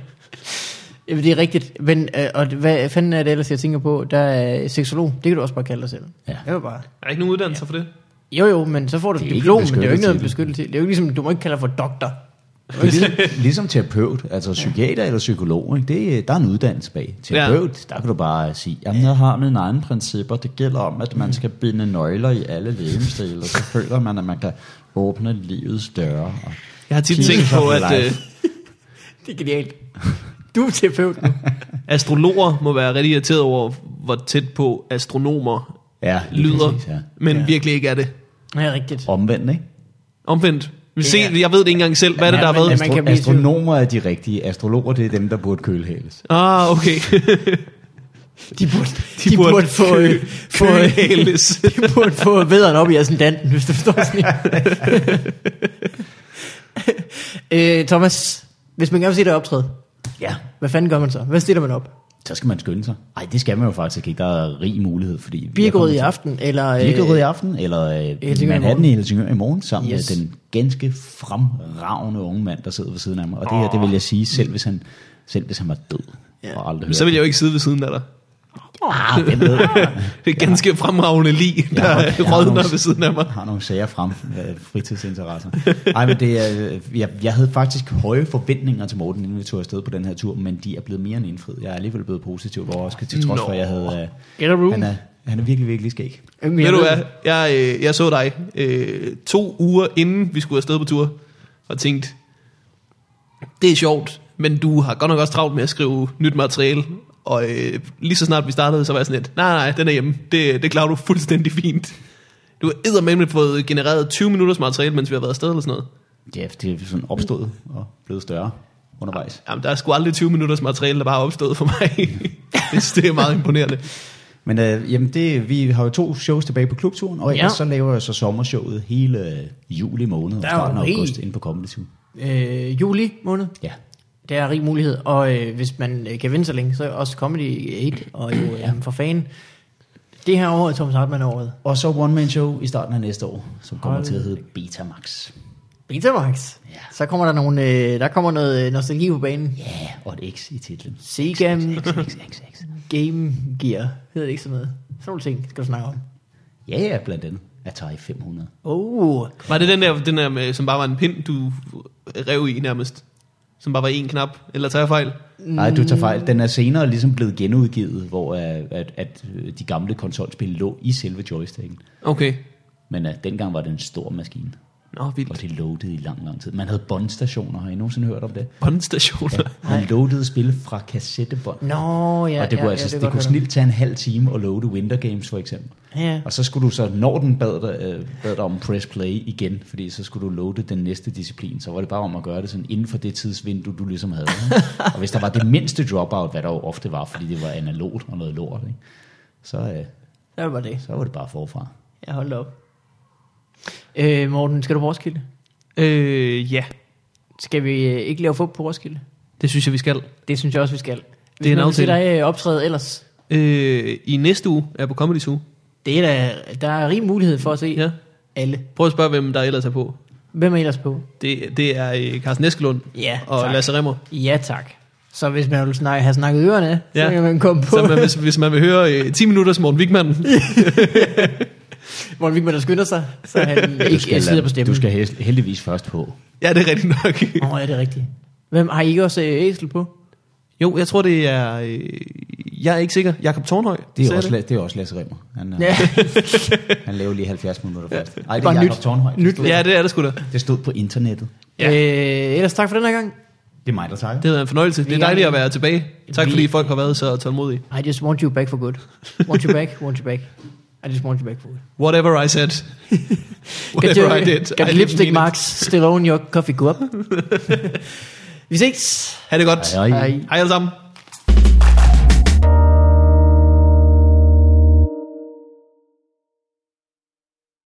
C: Jamen, det er rigtigt. Men, øh, og det- hvad fanden er det ellers, jeg tænker på? Der er seksolog. Det kan du også bare kalde dig selv.
B: Ja.
C: Det var bare...
A: Er der ikke nogen uddannelser ja. for det?
C: Jo, jo, men så får du
B: Det
C: et
B: er ikke
C: diplom,
B: en
C: men det er jo ikke noget
B: beskyttelse
C: beskyttelse. Det er jo ikke ligesom, du må ikke kalde dig for doktor.
B: Det er ligesom, ligesom terapeut, altså psykiater eller psykolog, ikke? Det, er- der er en uddannelse bag. Terapeut, der kan du bare sige, jamen jeg har mine egne principper, det gælder om, at man skal binde nøgler i alle lemstele, og så føler man, at man kan åbne livets døre. Og
A: Jeg har tit
B: Jesus
A: tænkt på,
B: of
A: at øh,
B: life.
C: Det er genialt. Du er terapeut nu.
A: astrologer øh, må være rigtig irriteret over, hvor tæt på astronomer
B: ja, lige
A: lyder,
B: præcis, ja.
A: men virkelig ikke er det.
C: Ja, rigtigt.
B: Omvendt, ikke?
A: Omvendt. Vi se,
C: Ja.
A: jeg ved det ikke engang selv, hvad er det, der
C: Ja,
A: har
C: men-
A: været.
C: man
B: Astro-
C: kan blive i tvivl.
B: astronomer er de rigtige. Astrologer, det er dem, der burde kølhæles.
A: Ah, okay.
C: De burde, de de burde, burde få, kø, få,
A: køles.
C: de burde få vederen op i ascendanten, hvis du forstår sådan en. øh, Thomas, hvis man gerne vil se dig optræde,
B: Ja,
C: hvad fanden gør man så? Hvad stiller man op?
B: så skal man skynde sig. Nej, det skal man jo faktisk ikke. Der er rig mulighed, fordi... vi er
C: Birkerød
B: kommet
C: i
B: til-
C: aften, eller... øh,
B: Birkerød i aften, eller øh,
C: Helsingør i
B: Manhattan
C: morgen.
B: i Helsingør i morgen, sammen
C: Yes.
B: med den ganske fremragende unge mand, der sidder ved siden af mig. Og det her, det vil jeg sige, selv hvis han, selv hvis han var død,
C: Ja.
B: og aldrig
A: Så vil jeg jo ikke sidde ved siden af dig.
B: Ah, hvem ved?
A: Det er ganske fremragende lige, der
B: har-
A: ja,
B: jeg har
A: rådner
B: nogle-
A: ved siden af mig.
B: Jeg har nogle sager frem, øh, fritidsinteresser. Ej, men det er, øh, jeg, jeg havde faktisk høje forventninger til Morten, inden vi tog afsted på den her tur, men de er blevet mere end indfriet. Jeg er alligevel blevet positivt overrasket, til trods
A: Nå.
B: for, at jeg havde...
C: Get a
B: Øh,
C: room.
B: han, er, han er virkelig, virkelig skæg.
C: Jamen,
A: Ved
C: jeg
A: du hvad, jeg, øh, jeg så dig øh, to uger inden vi skulle afsted på tur, og tænkte, det er sjovt, men du har godt nok også travlt med at skrive nyt materiale, og øh, lige så snart vi startede, så var jeg sådan lidt, nej, nej, den er hjemme, det, det klarer du fuldstændig fint. Du har eddermame fået genereret 20 minutters materiale, mens vi har været afsted eller sådan noget.
B: Ja, det er sådan opstået og blevet større undervejs.
A: Jamen, der er sgu aldrig 20 minutters materiale, der bare er opstået for mig. det, det er meget imponerende.
B: Men øh, jamen det, vi har jo to shows tilbage på klubturen, og ellers
C: Ja.
B: ja. så laver jeg så sommershowet hele øh, juli måned og
C: Der er jo
B: starten af
C: rig-
B: august inde på Comedy Zoo.
C: Øh, juli måned.
B: Ja.
C: Der er rig mulighed, og øh, hvis man øh, kan vinde så længe, så er også Comedy 8, og jo øh, for fan. Det her år er Thomas Hartmann året.
B: Og så One Man Show i starten af næste år, som kommer
C: Hold
B: til at hedde Betamax.
C: Betamax.
B: Ja.
C: Så kommer der, nogle, øh, der kommer noget øh, nostalgi på banen.
B: Ja, og et X i titlen.
C: Sega
B: X, X, X.
C: Game Gear. Hedder det ikke sådan noget? Sådan nogle ting skal du snakke om.
B: Ja, ja, blandt andet Atari 500.
C: Oh,
A: Var det den der, den der med, som bare var en pind, du rev i nærmest? Som bare var en knap? Eller tager jeg fejl?
B: Nej, du tager fejl. Den er senere ligesom blevet genudgivet, hvor øh, at, at øh, de gamle konsolspil lå i selve joysticken.
A: Okay.
B: Men øh, dengang var det en stor maskine.
A: Nå,
B: Og
A: vildt.
B: det loadede i lang, lang tid. Man havde båndstationer. Har I nogensinde hørt om det?
A: Båndstationer.
B: Man loadede spil fra kassettebånd.
C: Nå, ja.
B: og det
C: ja,
B: kunne, altså,
C: ja,
B: det,
C: er godt
B: kunne
C: hørt om.
B: snilt tage en halv time at loade Winter Games for eksempel.
C: Ja.
B: Og så skulle du så, når den bad dig, øh, bad dig om press play igen, fordi så skulle du loade den næste disciplin, så var det bare om at gøre det sådan inden for det tidsvindue, du ligesom havde. ikke? og hvis der var det mindste dropout, hvad der jo ofte var, fordi det var analogt og noget lort, ikke? Så, øh,
C: Der var det.
B: så var det bare forfra.
C: Jeg holdt op. Øh, Morten, skal du på Roskilde?
A: øh, ja.
C: Skal vi øh, ikke lave fup på Roskilde?
A: Det synes jeg, vi skal.
C: Det synes jeg også, vi skal. Hvis
A: er en
C: man vil se
A: aftale.
C: dig øh, optræde ellers.
A: Øh, I næste uge er jeg på Comedy Zoo.
C: Det er der, der er rig mulighed for at se ja.
A: Ja.
C: alle.
A: Prøv at spørge, hvem der ellers er på.
C: Hvem er ellers på?
A: Det, det er øh, Carsten Eskelund
C: Ja,
A: og
C: tak.
A: Lasse Remmer.
C: Ja, tak. Så hvis man vil snakke, have snakket ørerne, ja.
A: Ja.
C: så kan man komme på.
A: Så man, hvis, hvis man vil høre øh, 10 minutter Morten Wigman,
C: Morten Wigman, der skynder sig, så han ikke øh, sidder på stemmen.
B: du skal hel- heldigvis først på.
A: ja, det er rigtigt nok.
C: Åh, oh, ja, det er rigtigt. Hvem, har I ikke også øh, æsel på?
A: jo, jeg tror, det er... Øh, jeg er ikke sikker. Jakob Tornhøj.
B: Det er,
A: sagde
B: også, La- det er også Lasse Remmer. Han, øh,
C: Ja.
B: han laver lige 70 minutter først. Ej, det er
C: Bare
B: Jacob
C: nyt-
B: Tornhøj.
C: nyt
B: Det stod,
A: Ja, det er det sgu da.
B: det stod på internettet.
A: Ja.
C: ja. Øh, ellers tak for den her gang.
B: Det er mig, der tager.
A: Det har været en fornøjelse. Det er dejligt at være tilbage. Tak fordi folk har været så tålmodige.
C: I just want you back for good. Want you back, want you back. I just want you back for good.
A: Whatever I said.
C: Got
A: Whatever
C: your,
A: I did. I
C: got
A: didn't
C: your
A: mean
C: lipstick
A: it.
C: marks still on your coffee cup. Vi ses.
A: Ha' det godt.
B: Hej.
C: Hej.
A: Hej alle sammen.